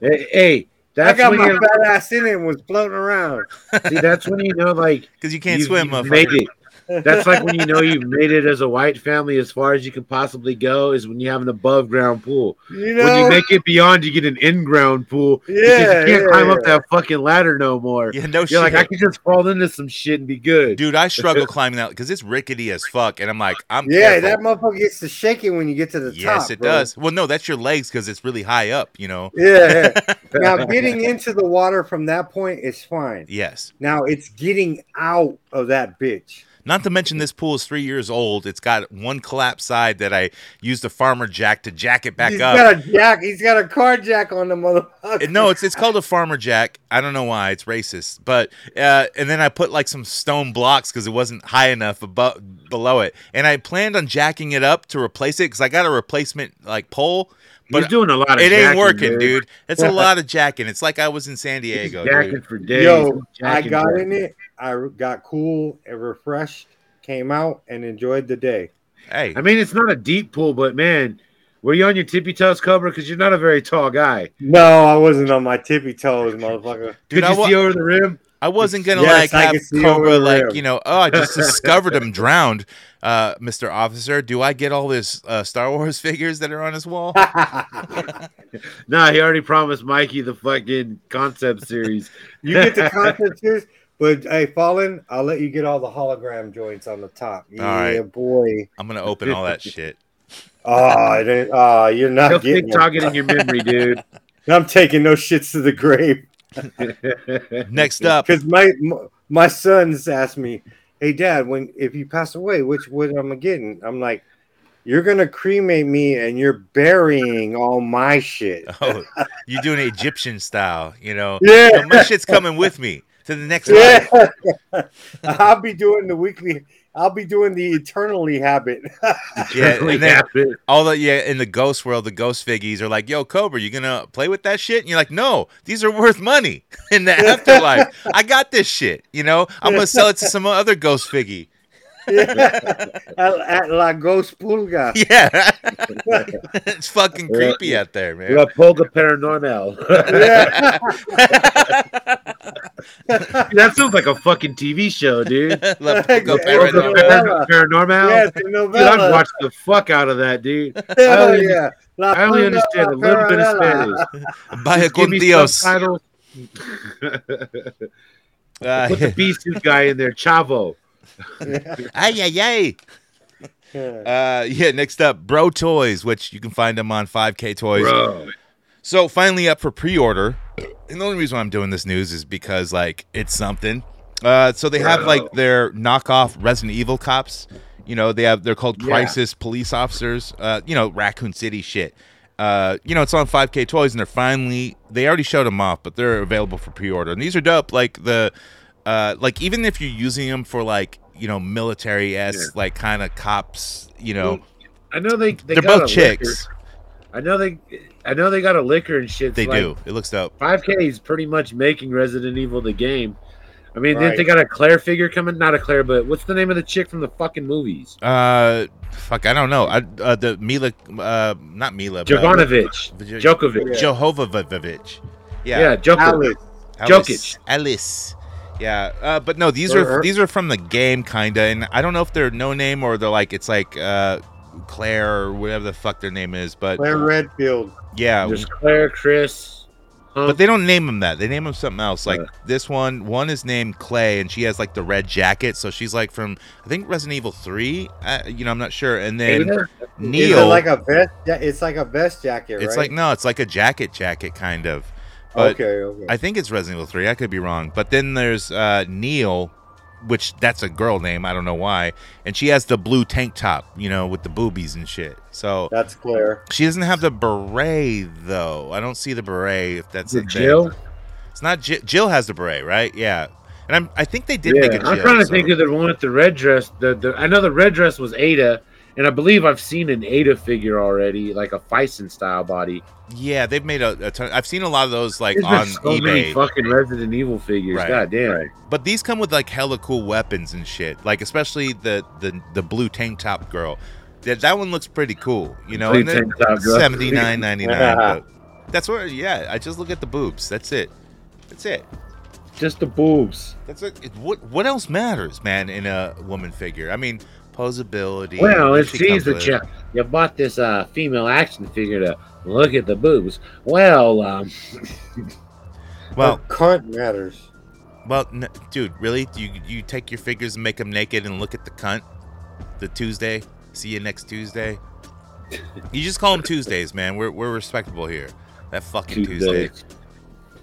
hey, hey, that's
I got
when
my
you
fat ass in it and was floating around.
see, that's when you know like
Because you can't
you-
swim,
you've
motherfucker.
made it. That's like when you know you've made it as a white family as far as you can possibly go is when you have an above ground pool.
You
When you
know,
make it beyond, you get an in ground pool. because
yeah,
you can't
yeah,
climb up
yeah.
that fucking ladder no more.
Yeah, no shit.
You're like, I could just fall into some shit and be good.
Dude, I struggle climbing that because it's rickety as fuck, and I'm like, I'm
Yeah,
careful.
that motherfucker gets to shaking when you get to the top.
yes, it
bro.
does. Well, no, that's your legs because it's really high up, you know.
Yeah. yeah. now getting into the water from that point is fine.
Yes.
Now it's getting out of that bitch.
Not to mention this pool is three years old. It's got one collapsed side that I used a farmer jack to jack it back
He's
up.
got a jack. He's got a car jack on the motherfucker.
It- no, it's it's called a farmer jack. I don't know why it's racist, but uh, and then I put like some stone blocks because it wasn't high enough above below it, and I planned on jacking it up to replace it because I got a replacement like pole,
You're
but
doing a lot of
it ain't
jacking,
working, dude.
dude.
It's a lot of jacking. It's like I was in San
He's
Diego.
jacking
Dude.
for days.
Yo,
He's
I
jacking
got
for-
in it. I got cool and refreshed. Came out and enjoyed the day.
Hey,
I mean, it's not a deep pool, but man, were you on your tippy toes, Cobra? Because you're not a very tall guy.
No, I wasn't on my tippy toes, motherfucker.
dude,
Could
I,
you
wa-
see over the rim?
I wasn't gonna
Yes,
like
I
have
can see
Cobra
over
like
him.
you know. Oh, I just discovered him drowned, uh, Mister Officer. Do I get all this uh, Star Wars figures that are on his wall?
Nah, he already promised Mikey the fucking concept series.
You get the conferences, but hey, Fallen, I'll let you get all the hologram joints on the top. Yeah,
right.
boy.
I'm gonna open all that shit.
Oh, it ain't, oh you're not
Go
getting them.
TikTok it in your memory, dude.
I'm taking no shits to the grave
Next up,
because my my sons asked me, "Hey, Dad, when if you pass away, which wood am I getting?" I'm like, "You're gonna cremate me, and you're burying all my shit."
oh, you doing Egyptian style, you know?
Yeah,
So my shit's coming with me to the next
yeah.
life.
I'll be doing the weekly. I'll be doing the eternally habit.
Yeah, and then
Happen.
all the yeah in the ghost world, the ghost figgies are like, "Yo, Cobra, you gonna play with that shit?" And you're like, "No, these are worth money in the afterlife. I got this shit. You know, I'm gonna sell it to some other ghost figgy."
Yeah. at, at La Ghost Pulga.
Yeah, it's fucking creepy out there, man.
La Polka Paranormal.
Yeah.
that sounds like a fucking TV show, dude.
La Poco
Yeah,
Polka
Paranormal.
Paranormal.
Paran- Paranormal.
yeah, it's a
Dude, I'd
novella.
watch the fuck out of that, dude.
Hell
only-
yeah. La
I only
Pulga
understand a little bit of
Paralela.
Spanish.
Vaya
Just give
con
me
Dios.
subtitles.
Uh,
Put the bee suit guy in there, Chavo.
Ay, ay, ay.
Yeah.
Uh, yeah, next up, Bro Toys, which you can find them on 5K Toys.
Bro.
So finally up for pre-order. And the only reason why I'm doing this news is because like it's something. Uh, so they have like their knockoff Resident Evil cops. You know, they have they're called crisis police officers. Uh, you know, Raccoon City shit. Uh, you know, it's on 5K Toys, and they're finally they already showed them off, but they're available for pre-order. And these are dope. Like the, uh, like even if you're using them for like you know military s
Yeah.
like kind of cops. You know,
I know they, they
they are
got
both
a
chicks.
liquor. I know they I know they got a liquor and shit.
They
It's like
do. It looks dope.
5K is pretty much making Resident Evil the game. I mean, didn't
Right.
they got a Claire figure coming? Not a Claire, but what's the name of the chick from the fucking movies?
Uh, fuck, I don't know. I uh, the Mila, uh, not Mila,
Jovanovic.
but
Djokovic.
Jehovah-vovich.
Yeah,
Yeah,
Djokovic.
Alice.
Alice. Alice. Yeah, uh, but no, these
Or-
are these are from the game, kinda, and I don't know if they're no name or they're like it's like uh, Claire or whatever the fuck their name is, but
Claire Redfield.
yeah,
There's Claire, Chris. Huh?
but they don't name him that. They name him something else. Like
Yeah.
this one, one is named Clay, and she has like the red jacket, so she's like from I think Resident Evil Three. Uh, you know, I'm not sure. And then
Ada?
Is
Neil,
it like a vest? Yeah, it's like a vest jacket,
It's like
right?
no, it's like a jacket jacket kind of. But
okay, okay.
I think it's Resident Evil 3. I could be wrong. But then there's uh Neil, which that's a girl name, I don't know why. And she has the blue tank top, you know, with the boobies and shit. So
That's Claire.
she doesn't have the beret though. I don't see the beret if that's
Is it
a thing.
Jill?
It's not Jill. Jill has the beret, right? Yeah. And I'm, I think they did
Yeah,
make a Jill.
I'm trying to
so-
think of the one with the red dress. The, the I know the red dress was Ada, and I believe I've seen an Ada figure already, like a Fison style body.
Yeah, they've made a, a ton. I've seen a lot of those like
There's
on
been so
eBay.
many fucking Resident Evil figures.
Right.
God damn.
But these come with like hella cool weapons and shit. Like especially the the, the blue tank top girl. That that one looks pretty cool. You know,
Blue
and they're
tank top girl.
seventy nine ninety nine. That's where yeah. I just look at the boobs. That's it. That's it.
Just the boobs.
That's like it- what. What else matters, man, in a woman figure? I mean, posability.
Well,
what
it
she
seems
comes
that
with.
you, you bought this uh, female action figure to look at the boobs. Well, um,
Well,
Her cunt matters.
well, n- dude, really? Do you you take your figures and make them naked and look at the cunt? The Tuesday. See you next Tuesday. You just call them Tuesdays, man. We're we're respectable here. That fucking Tuesday.
Tuesdays.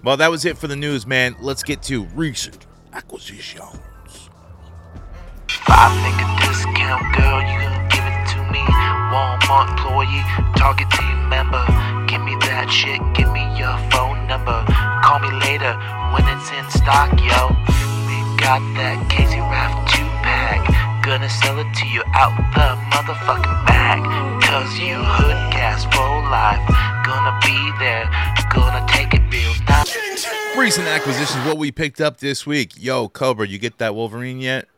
Well, that was it for the news, man. Let's get to recent acquisitions.
Five nigga discount, girl, you can give it to me. Walmart employee, Target team member. Give me that shit, give me your phone number. Call me later when it's in stock, yo. We got that Casey Raff 2 pack. Gonna sell it to you out the motherfucking bag. Cause you hood cast for life. Gonna be there, gonna take it real nice.
Recent acquisitions. What we picked up this week. Yo, Cobra, you get that Wolverine yet?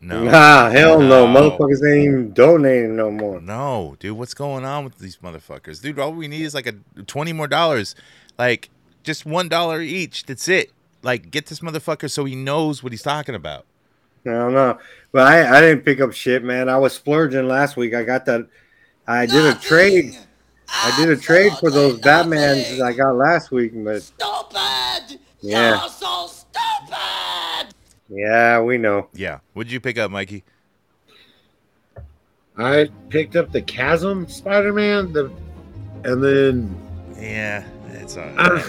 No.
Nah, hell no.
No.
Motherfuckers ain't even donating no more.
No, dude, what's going on with these motherfuckers? Dude, all we need is like a twenty more dollars. Like just one dollar each. That's it. Like get this motherfucker so he knows what he's talking about.
I don't know. But I, I didn't pick up shit, man. I was splurging last week. I got that. I did a trade. I did a trade for those Batmans that I got last week, but stupid. Yeah. You're so stupid. Yeah, we know.
Yeah. What'd you pick up, Mikey?
I picked up the Chasm Spider Man, the and then
Yeah, it's all right.
uh,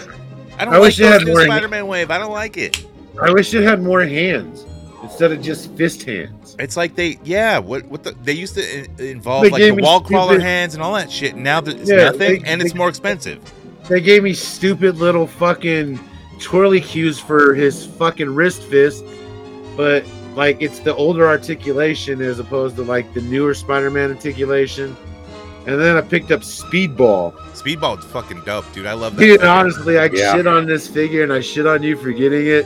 I don't
I
like
wish it
those
had
new
more-
Spider-Man wave. I don't like it.
I wish it had more hands instead of just fist hands.
It's like they, yeah. What what the, they used to in- involve
They
like
gave
the
me
wall crawler
stupid-
hands and all that shit. And now that it's
Yeah,
nothing,
they-
and it's
they-
more expensive.
They gave me stupid little fucking twirly cues for his fucking wrist fist, but like it's the older articulation as opposed to like the newer Spider Man articulation. And then I picked up Speedball.
Speedball's fucking dope, dude. I love that.
Dude,
figure.
honestly, I
Yeah.
shit on this figure and I shit on you for getting it.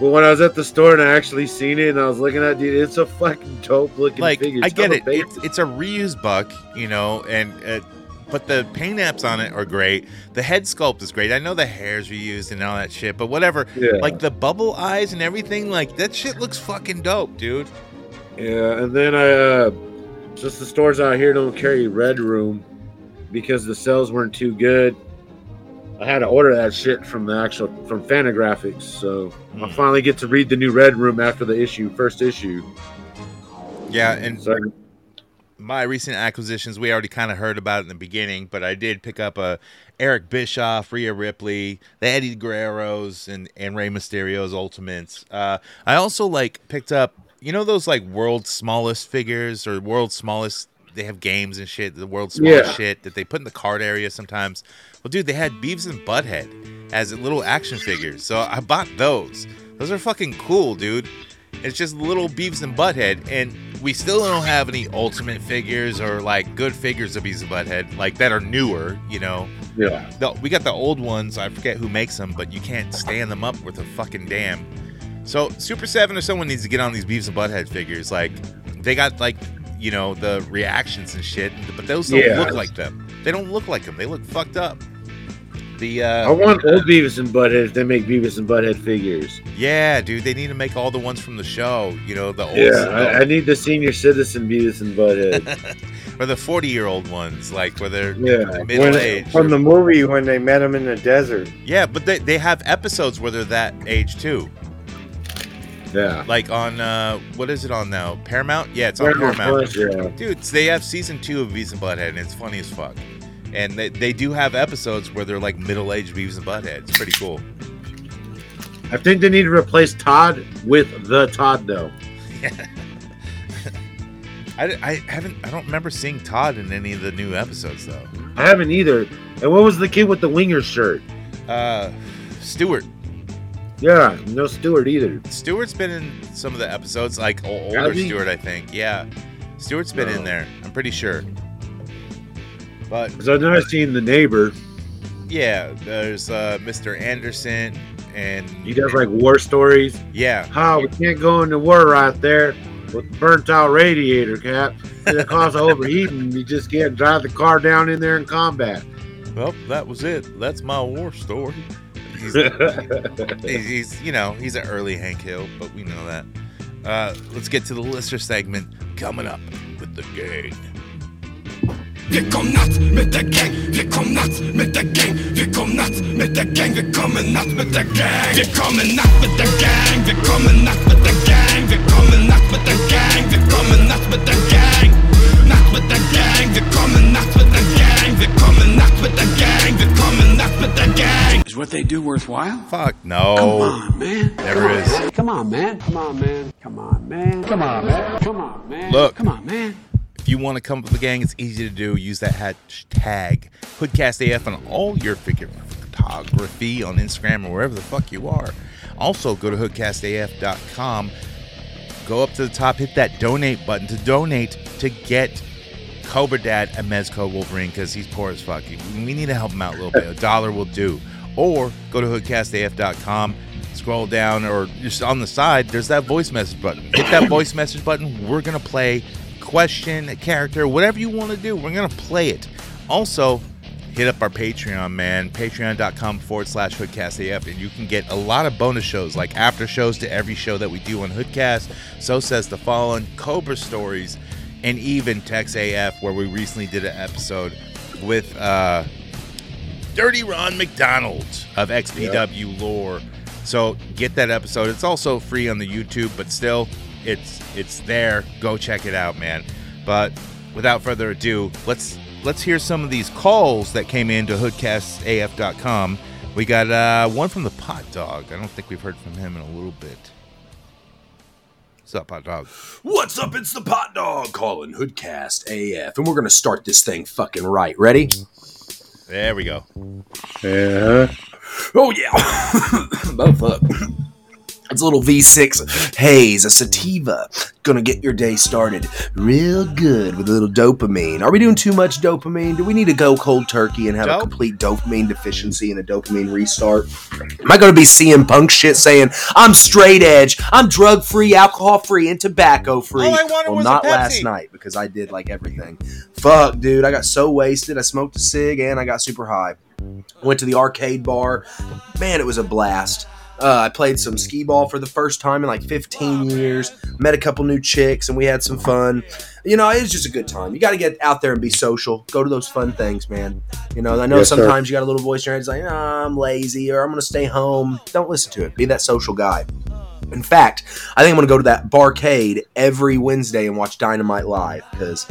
But when I was at the store and I actually seen it and I was looking at it, dude, it's a fucking dope looking
like
figure.
I get
hella
it.
basic.
It's, it's a reuse buck, you know, and uh, but the paint apps on it are great. The head sculpt is great. I know the hair's reused and all that shit, but whatever.
Yeah.
Like the bubble eyes and everything, like that shit looks fucking dope, dude.
Yeah, and then I uh, just the stores out here don't carry Red Room because the sales weren't too good. I had to order that shit from the actual from Fanagraphics, so I
Mm.
finally get to read the new Red Room after the issue, first issue.
Yeah, and
So
my recent acquisitions, we already kind of heard about it in the beginning, but I did pick up a Eric Bischoff, Rhea Ripley, the Eddie Guerreros, and and Rey Mysterio's Ultimates. Uh, I also like picked up, you know, those like world's smallest figures or world's smallest. They have games and shit. The world's smallest
Yeah.
shit that they put in the card area sometimes. Well, dude, they had Beavis and Butthead as little action figures, so I bought those. Those are fucking cool, dude. It's just little Beavis and Butthead, and we still don't have any ultimate figures or like good figures of Beavis and Butthead, like that are newer, you know.
yeah,
No, we got the old ones. I forget who makes them, but you can't stand them up worth a fucking damn. So Super Seven or someone needs to get on these Beavis and Butthead figures. Like they got like you know the reactions and shit, but those don't
Yeah.
look like them. They don't look like them. They look fucked up. The
I
uh,
want old Beavis and Butthead if they make Beavis and Butthead figures.
yeah, dude, they need to make all the ones from the show. You know the old
Yeah, I, I need the senior citizen Beavis and Butthead.
or the forty year old ones, like where they're
Yeah,
middle
When,
aged.
from the movie when they met him in the desert.
Yeah, but they, they have episodes where they're that age too.
yeah.
Like on uh what is it on now? Paramount? Yeah, it's on Paramount.
Yeah.
Dude, they have season two of Beavis and Butthead, and it's funny as fuck. And they, they do have episodes where they're like middle aged Beavis and Butthead. It's pretty cool.
I think they need to replace Todd with the Todd though.
I, I haven't I don't remember seeing Todd in any of the new episodes though.
I haven't either. And what was the kid with the winger shirt?
Uh, Stewart.
Yeah, no Stewart either.
Stewart's been in some of the episodes, like o- older
Has he?
Stewart, I think. Yeah, Stewart's been in
No.
there. I'm pretty sure. But
Because I've never seen the neighbor.
Yeah, there's uh, Mr. Anderson, and
He does like war stories.
yeah,
How we can't go into war right there with the burnt out radiator cap. It causes overheating. You just can't drive the car down in there in combat.
well, that was it. That's my war story. He's, he's, he's, you know, he's an early Hank Hill, but we know that. Uh, let's get to the lister segment coming up with the gang.
Vi kom natt med the gang, vi kom natt med the gang, vi kom natt med the gang, vi kommer natt med the gang. Vi kommer natt med the gang, vi kommer natt med the gang, vi kommer natt med the gang, vi kommer natt med the gang. Natt med the gang, vi kommer natt med the gang, vi kommer natt med the gang, vi kommer natt med the gang.
Is what they do worthwhile?
Fuck no.
man.
Never is.
Come on, man. Come on, man. Come on, man. Come on, man. Come on, man.
Look.
Come on, man.
If you want to come up with the gang, it's easy to do. Use that hashtag HoodcastAF on all your figure photography on Instagram or wherever the fuck you are. Also, go to hoodcastaf.com. Go up to the top, hit that donate button to donate to get Cobra Dad a Mezco Wolverine because he's poor as fuck. We need to help him out a little bit. A dollar will do. Or go to hoodcastaf.com, scroll down, or just on the side, there's that voice message button. Hit that voice message button. We're going to play question, character, whatever you want to do. We're going to play it. Also, hit up our Patreon, man. Patreon.com forward slash HoodcastAF, and you can get a lot of bonus shows, like after shows to every show that we do on Hoodcast, So Says the Fallen, Cobra Stories, and even Tex AF, where we recently did an episode with uh, Dirty Ron McDonald of XPW Lore. So get that episode. It's also free on the YouTube, but still, it's it's there. Go check it out, man. But without further ado, let's let's hear some of these calls that came in to hoodcastaf.com. We got uh, one from the Pot Dog. I don't think we've heard from him in a little bit. What's up, Pot Dog?
What's up? It's the Pot Dog calling Hoodcast AF, and we're gonna start this thing fucking right. Ready?
There we go.
Yeah.
Oh yeah, both up. It's a little V6 haze, a sativa. Gonna get your day started real good with a little dopamine. Are we doing too much dopamine? Do we need to go cold turkey and have
Dope.
a complete dopamine deficiency and a dopamine restart? Am I gonna be CM Punk shit saying, I'm straight edge, I'm drug free, alcohol free, and tobacco free?
All I wanted
well,
was a
not
Pepsi.
last night because I did like everything. Fuck, dude, I got so wasted. I smoked a cig and I got super high. Went to the arcade bar. Man, it was a blast. Uh, I played some skee ball for the first time in like 15 years. Met a couple new chicks and we had some fun. You know, it was just a good time. You got to get out there and be social. Go to those fun things, man. You know, I know
Yes, sir.
sometimes you got a little voice in your head that's like, "Ah, I'm lazy or I'm going to stay home. Don't listen to it. Be that social guy. In fact, I think I'm going to go to that barcade every Wednesday and watch Dynamite Live because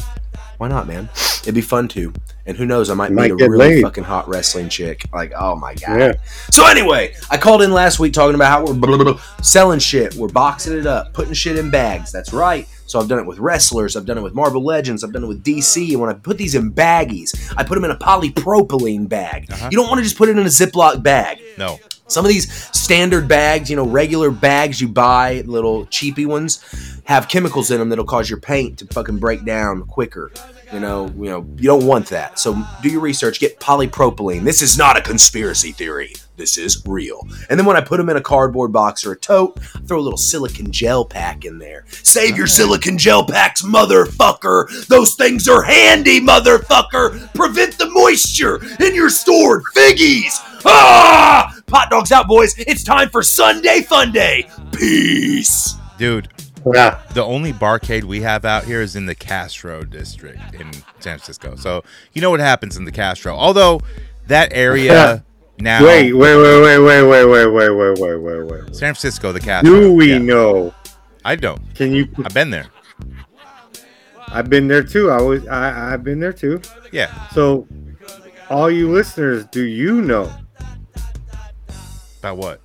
why not, man? It'd be fun to. And who knows, I might,
You might
meet a
get
really
laid.
fucking hot wrestling chick. Like, oh my God.
Yeah.
So anyway, I called in last week talking about how we're blah, blah, blah, selling shit, we're boxing it up, putting shit in bags. That's right. So I've done it with wrestlers, I've done it with Marvel Legends, I've done it with DC. And when I put these in baggies, I put them in a polypropylene bag. You don't want to just put it in a Ziploc bag.
No.
Some of these standard bags, you know, regular bags you buy, little cheapy ones, have chemicals in them that'll cause your paint to fucking break down quicker. You know, you know, you don't want that. So do your research. Get polypropylene. This is not a conspiracy theory. This is real. And then when I put them in a cardboard box or a tote, throw a little silicon gel pack in there. Save your silicon gel packs, motherfucker. Those things are handy, motherfucker. Prevent the moisture in your stored figgies. Ah! Pot dogs out, boys. It's time for Sunday Fun Day. Peace.
Dude,
Yeah.
the only barcade we have out here is in the Castro district in San Francisco. So you know what happens in the Castro. Although that area now,
Wait, wait, wait, wait, wait, wait, wait, wait, wait, wait, wait, wait, wait.
San Francisco, the Castro.
Do we
Yeah.
know?
I don't.
Can you?
I've been there.
I've been there too. I was. I, I've been there too.
Yeah,
So, all you listeners, do you know
about what?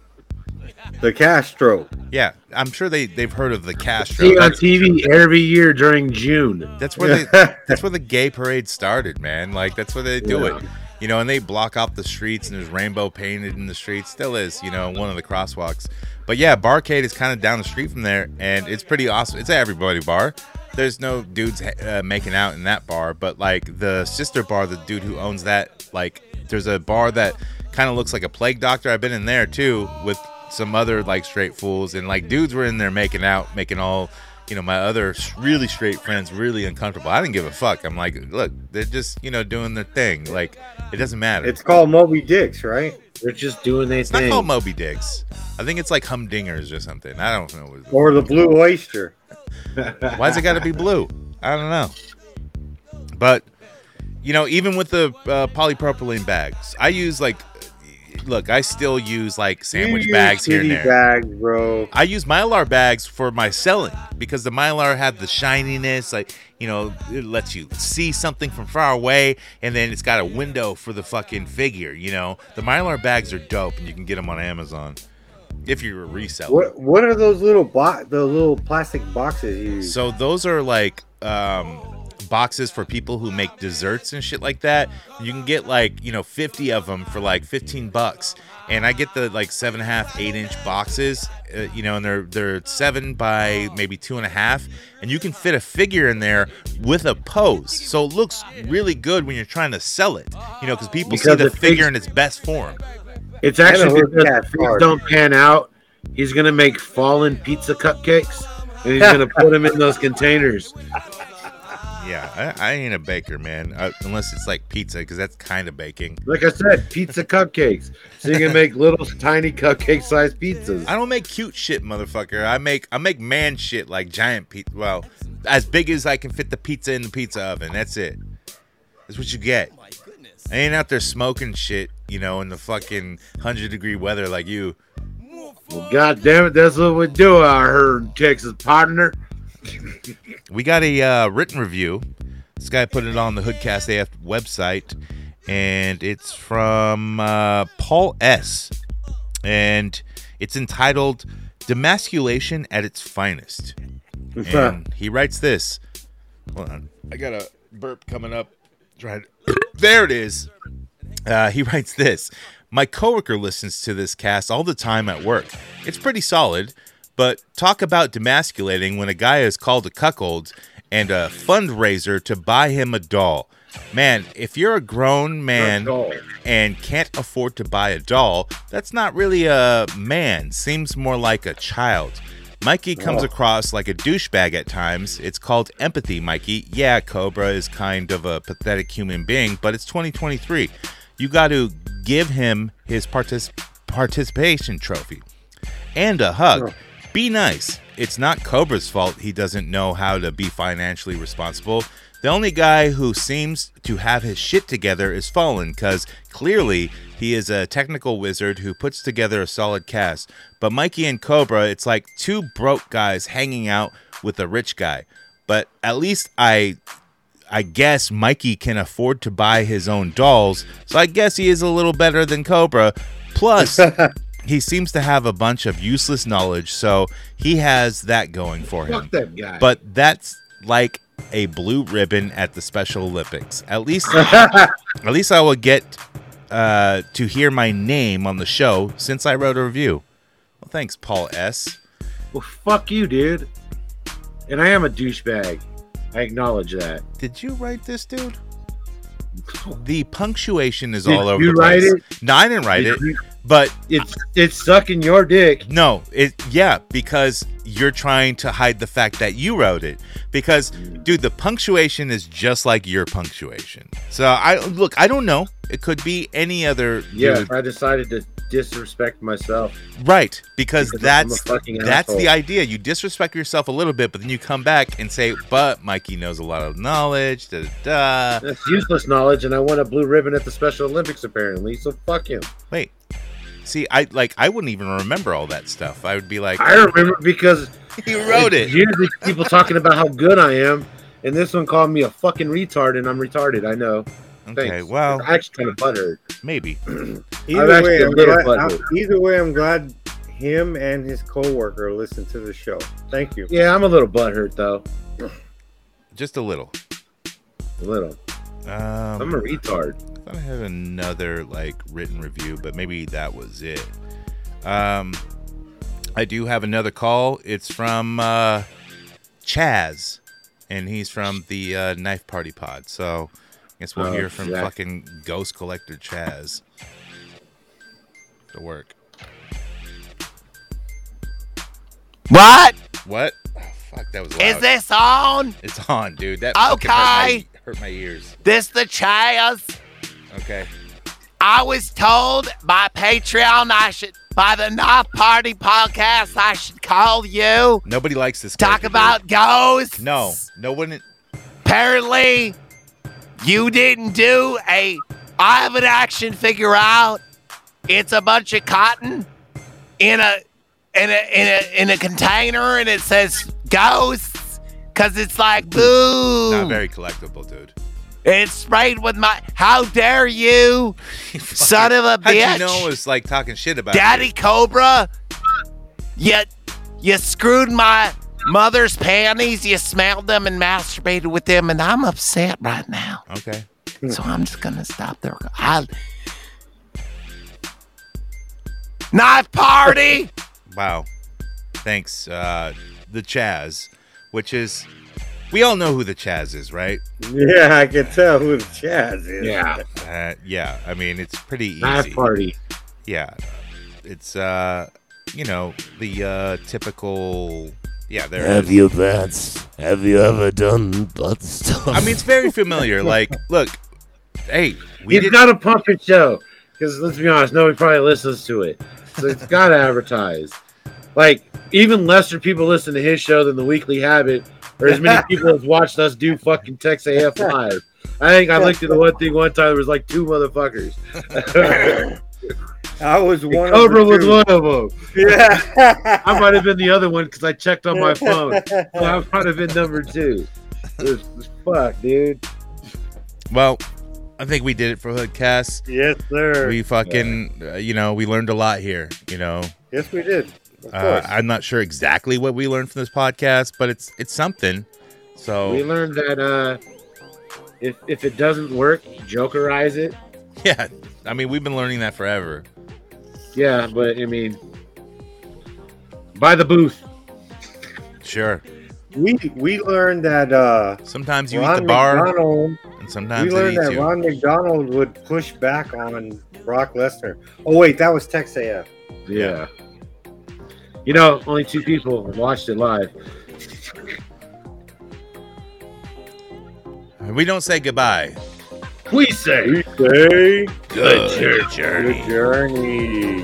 the Castro?
Yeah, I'm sure they they've heard of the Castro.
See on
That's,
TV every year during June.
that's where they, that's where the gay parade started, man. Like that's where they do it. You know, and they block off the streets, and there's rainbow painted in the streets. Still is, you know, one of the crosswalks. But yeah, Barcade is kind of down the street from there, and it's pretty awesome. It's an everybody bar. There's no dudes uh, making out in that bar, but like the sister bar, the dude who owns that, like there's a bar that kind of looks like a plague doctor. I've been in there too with some other like straight fools, and like dudes were in there making out, making all you know, my other s- really straight friends really uncomfortable. I didn't give a fuck. I'm like, look, they're just, you know, doing their thing. Like, it doesn't matter.
It's called Moby Dicks, right?
They're just doing their
It's not called
thing.
Moby Dicks. I think it's like humdingers or something. I don't know. what-
Or the blue oyster.
Why's it got to be blue? I don't know. But you know, even with the uh, polypropylene bags, I use like, look, I still use like sandwich
You
bags here and
shitty
there.
Bags, bro.
I use mylar bags for my selling because the mylar had the shininess, like you know, it lets you see something from far away, and then it's got a window for the fucking figure. You know, the mylar bags are dope, and you can get them on Amazon if you're a reseller.
What What are those little bo- the little plastic boxes you use?
So those are like um, boxes for people who make desserts and shit like that. You can get like you know 50 of them for like 15 bucks, and I get the like seven and a half, eight inch boxes, uh, you know, and they're they're seven by maybe two and a half, and you can fit a figure in there with a pose, so it looks really good when you're trying to sell it, you know, because people see
Because
the
it takes-
figure in its best form.
It's
haven't
actually
looked
because
that
if things
hard.
don't pan out. He's gonna make fallen pizza cupcakes, and he's gonna put them in those containers.
Yeah, I, I ain't a baker, man, uh, unless it's like pizza, because that's kind of baking.
Like I said, pizza cupcakes. So you can make little tiny cupcake-sized pizzas.
I don't make cute shit, motherfucker. I make I make man shit like giant pizza. Well, as big as I can fit the pizza in the pizza oven. That's it. That's what you get. I ain't out there smoking shit, you know, in the fucking hundred degree weather like you.
Well, God damn it, that's what we do out here in Texas, partner.
We got a uh, written review. This guy put it on the Hoodcast AF website, and it's from uh, Paul S. And it's entitled "Demasculation at its Finest." And he writes this. Hold on. I got a burp coming up. Try to- there it is. Uh, he writes this. My coworker listens to this cast all the time at work. It's pretty solid, but talk about demasculating when a guy is called a cuckold and a fundraiser to buy him a doll. Man, if you're a grown man and can't afford to buy a doll, that's not really a man. Seems more like a child. Mikey comes across like a douchebag at times. It's called empathy, Mikey. Yeah, Cobra is kind of a pathetic human being, but it's 2023. You got to give him his partic- participation trophy and a hug. Be nice. It's not Cobra's fault he doesn't know how to be financially responsible. The only guy who seems to have his shit together is Fallen, because clearly he is a technical wizard who puts together a solid cast. But Mikey and Cobra, it's like two broke guys hanging out with a rich guy. But at least I I guess Mikey can afford to buy his own dolls, so I guess he is a little better than Cobra. Plus, he seems to have a bunch of useless knowledge, so he has that going for him.
Fuck that guy.
But that's like a blue ribbon at the Special Olympics. At least, at least I will get uh, to hear my name on the show since I wrote a review. Well, thanks, Paul S.
well, fuck you, dude. And I am a douchebag. I acknowledge that.
Did you write this, dude? The punctuation is
Did
all over
you
the place.
write
No, I didn't write it,
You-
but
It's it's sucking your dick.
No, it yeah, because you're trying to hide the fact that you wrote it. Because
Mm.
dude, the punctuation is just like your punctuation. So I look, I don't know. It could be any other
Yeah,
dude.
I decided to disrespect myself.
right, because
Because I'm a
that's
fucking
that's the
asshole.
idea. You disrespect yourself a little bit, but then you come back and say, "But Mikey knows a lot of knowledge." Da da. da."
That's useless knowledge, and I won a blue ribbon at the Special Olympics apparently. So fuck him.
Wait. See, I like I wouldn't even remember all that stuff. I would be like,
I remember because
"You wrote
it's
it."
Usually people talking about how good I am, and this one called me a fucking retard, and I'm retarded. I know. Thanks.
Okay, well,
I actually kind of butthurt.
maybe.
Either way,
actually a
I'm
little
glad,
butthurt.
I'm- either way, I'm glad him and his coworker listen to the show. Thank you.
Yeah, I'm a little butthurt though.
Just a little.
A little.
Um,
I'm a retard.
thought I had another like written review, but maybe that was it. Um, I do have another call. It's from uh, Chaz, and he's from the uh, Knife Party Pod. So I guess we'll
Oh,
hear from
Jack.
fucking Ghost Collector Chaz. To work.
What?
What? Oh, fuck, that was loud.
Is this on?
It's on, dude. That fucking hurt my-
Okay.
hurt my ears.
This the Chaz?
Okay.
I was told by Patreon I should, by the Not Party podcast, I should call you.
Nobody likes this.
Talk about ghosts.
No, no one.
Apparently, you didn't do a. I have an action figure out. It's a bunch of cotton in a in a in a in a container, and it says ghosts because it's like boom.
Not very collectible, dude.
It's sprayed with my. How dare you, son of a
How'd
bitch!
you know it was like talking shit about
Daddy
you?
Cobra, you, you screwed my mother's panties, you smelled them and masturbated with them, and I'm upset right now.
Okay.
So I'm just going to stop there. I... Knife party!
Wow. Thanks, uh, the Chaz, which is. We all know who the Chaz is, right?
Yeah, I can tell who the Chaz is.
Yeah.
Uh, yeah, I mean, it's pretty easy.
Knife party.
Yeah. It's, uh, you know, the uh, typical. Yeah, there it is.
Have you bats? Have you ever done butt stuff?
I mean, it's very familiar. Like, look, hey, we
It's
did.
not a puppet show because let's be honest, nobody probably listens to it, so it's got to advertise. Like even lesser people listen to his show than the Weekly Habit, or as many people as watched us do fucking Tex AF live. I think I looked at the one thing one time. There was like two motherfuckers.
I was one. of the
Cobra was
two.
one of them.
Yeah.
I might have been the other one because I checked on my phone. So I might have been number two. It was- fuck, dude.
Well, I think we did it for Hoodcast.
yes, sir.
We fucking, uh, you know, we learned a lot here, you know.
yes, we did. Of
Uh,
course.
I'm not sure exactly what we learned from this podcast, but it's it's something.
We
Oh.
So
learned that uh, if if it doesn't work, jokerize it.
yeah, I mean we've been learning that forever.
Yeah, but I mean, by the booth.
Sure.
we we learned that uh,
Sometimes you eat
Ron
the bar,
McDonald.
and
We
sometimes it
learned
eats
that
you.
Ron McDonald would push back on Brock Lesnar. Oh wait, that was Tex AF.
Yeah. You know, only two people watched it live.
We don't say goodbye.
We
Hey,
say.
Good, journey.
good journey.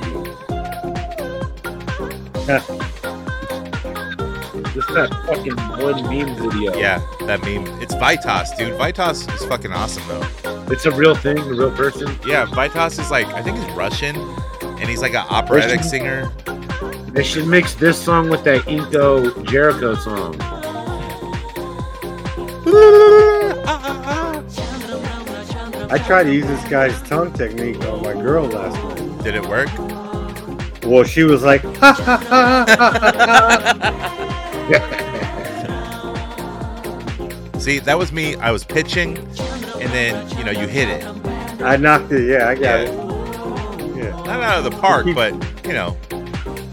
Just that fucking one meme video.
Yeah, that meme. It's Vitas, dude. Vitas is fucking awesome though.
It's a real thing, a real person.
Yeah, Vitas is like I think he's Russian, and he's like an operatic
Russian?
singer.
They should mix this song with that Inco Jericho song.
I tried to use this guy's tongue technique on my girl last night.
Did it work?
Well, she was like, ha, ha, ha, ha, ha, ha.
See, that was me. I was pitching, and then you know you hit it.
I knocked it. Yeah, I got
Yeah.
it. Yeah.
Not out of the park, but you know,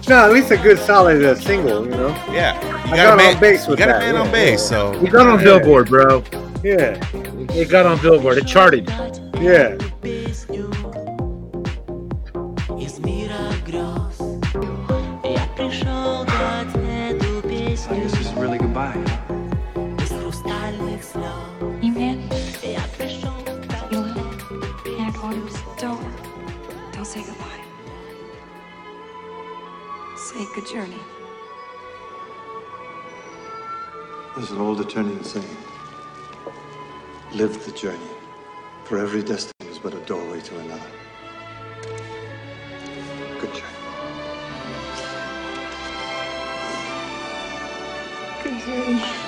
No, at least a good solid uh, single, you know?
yeah. You
I
got, a
got
man
on base
You
with
got a
that,
man
yeah.
on base, so
It got on Billboard, bro.
Yeah.
It got on Billboard. It charted.
Yeah.
Из мира грез Я пришел дать эту песню Из хрустальных слез Я пришел к тому
Don't say goodbye. Say good journey.
There's an old Eternian saying Live the journey, for every destiny is but a doorway to another. Good
Good
journey.
journey.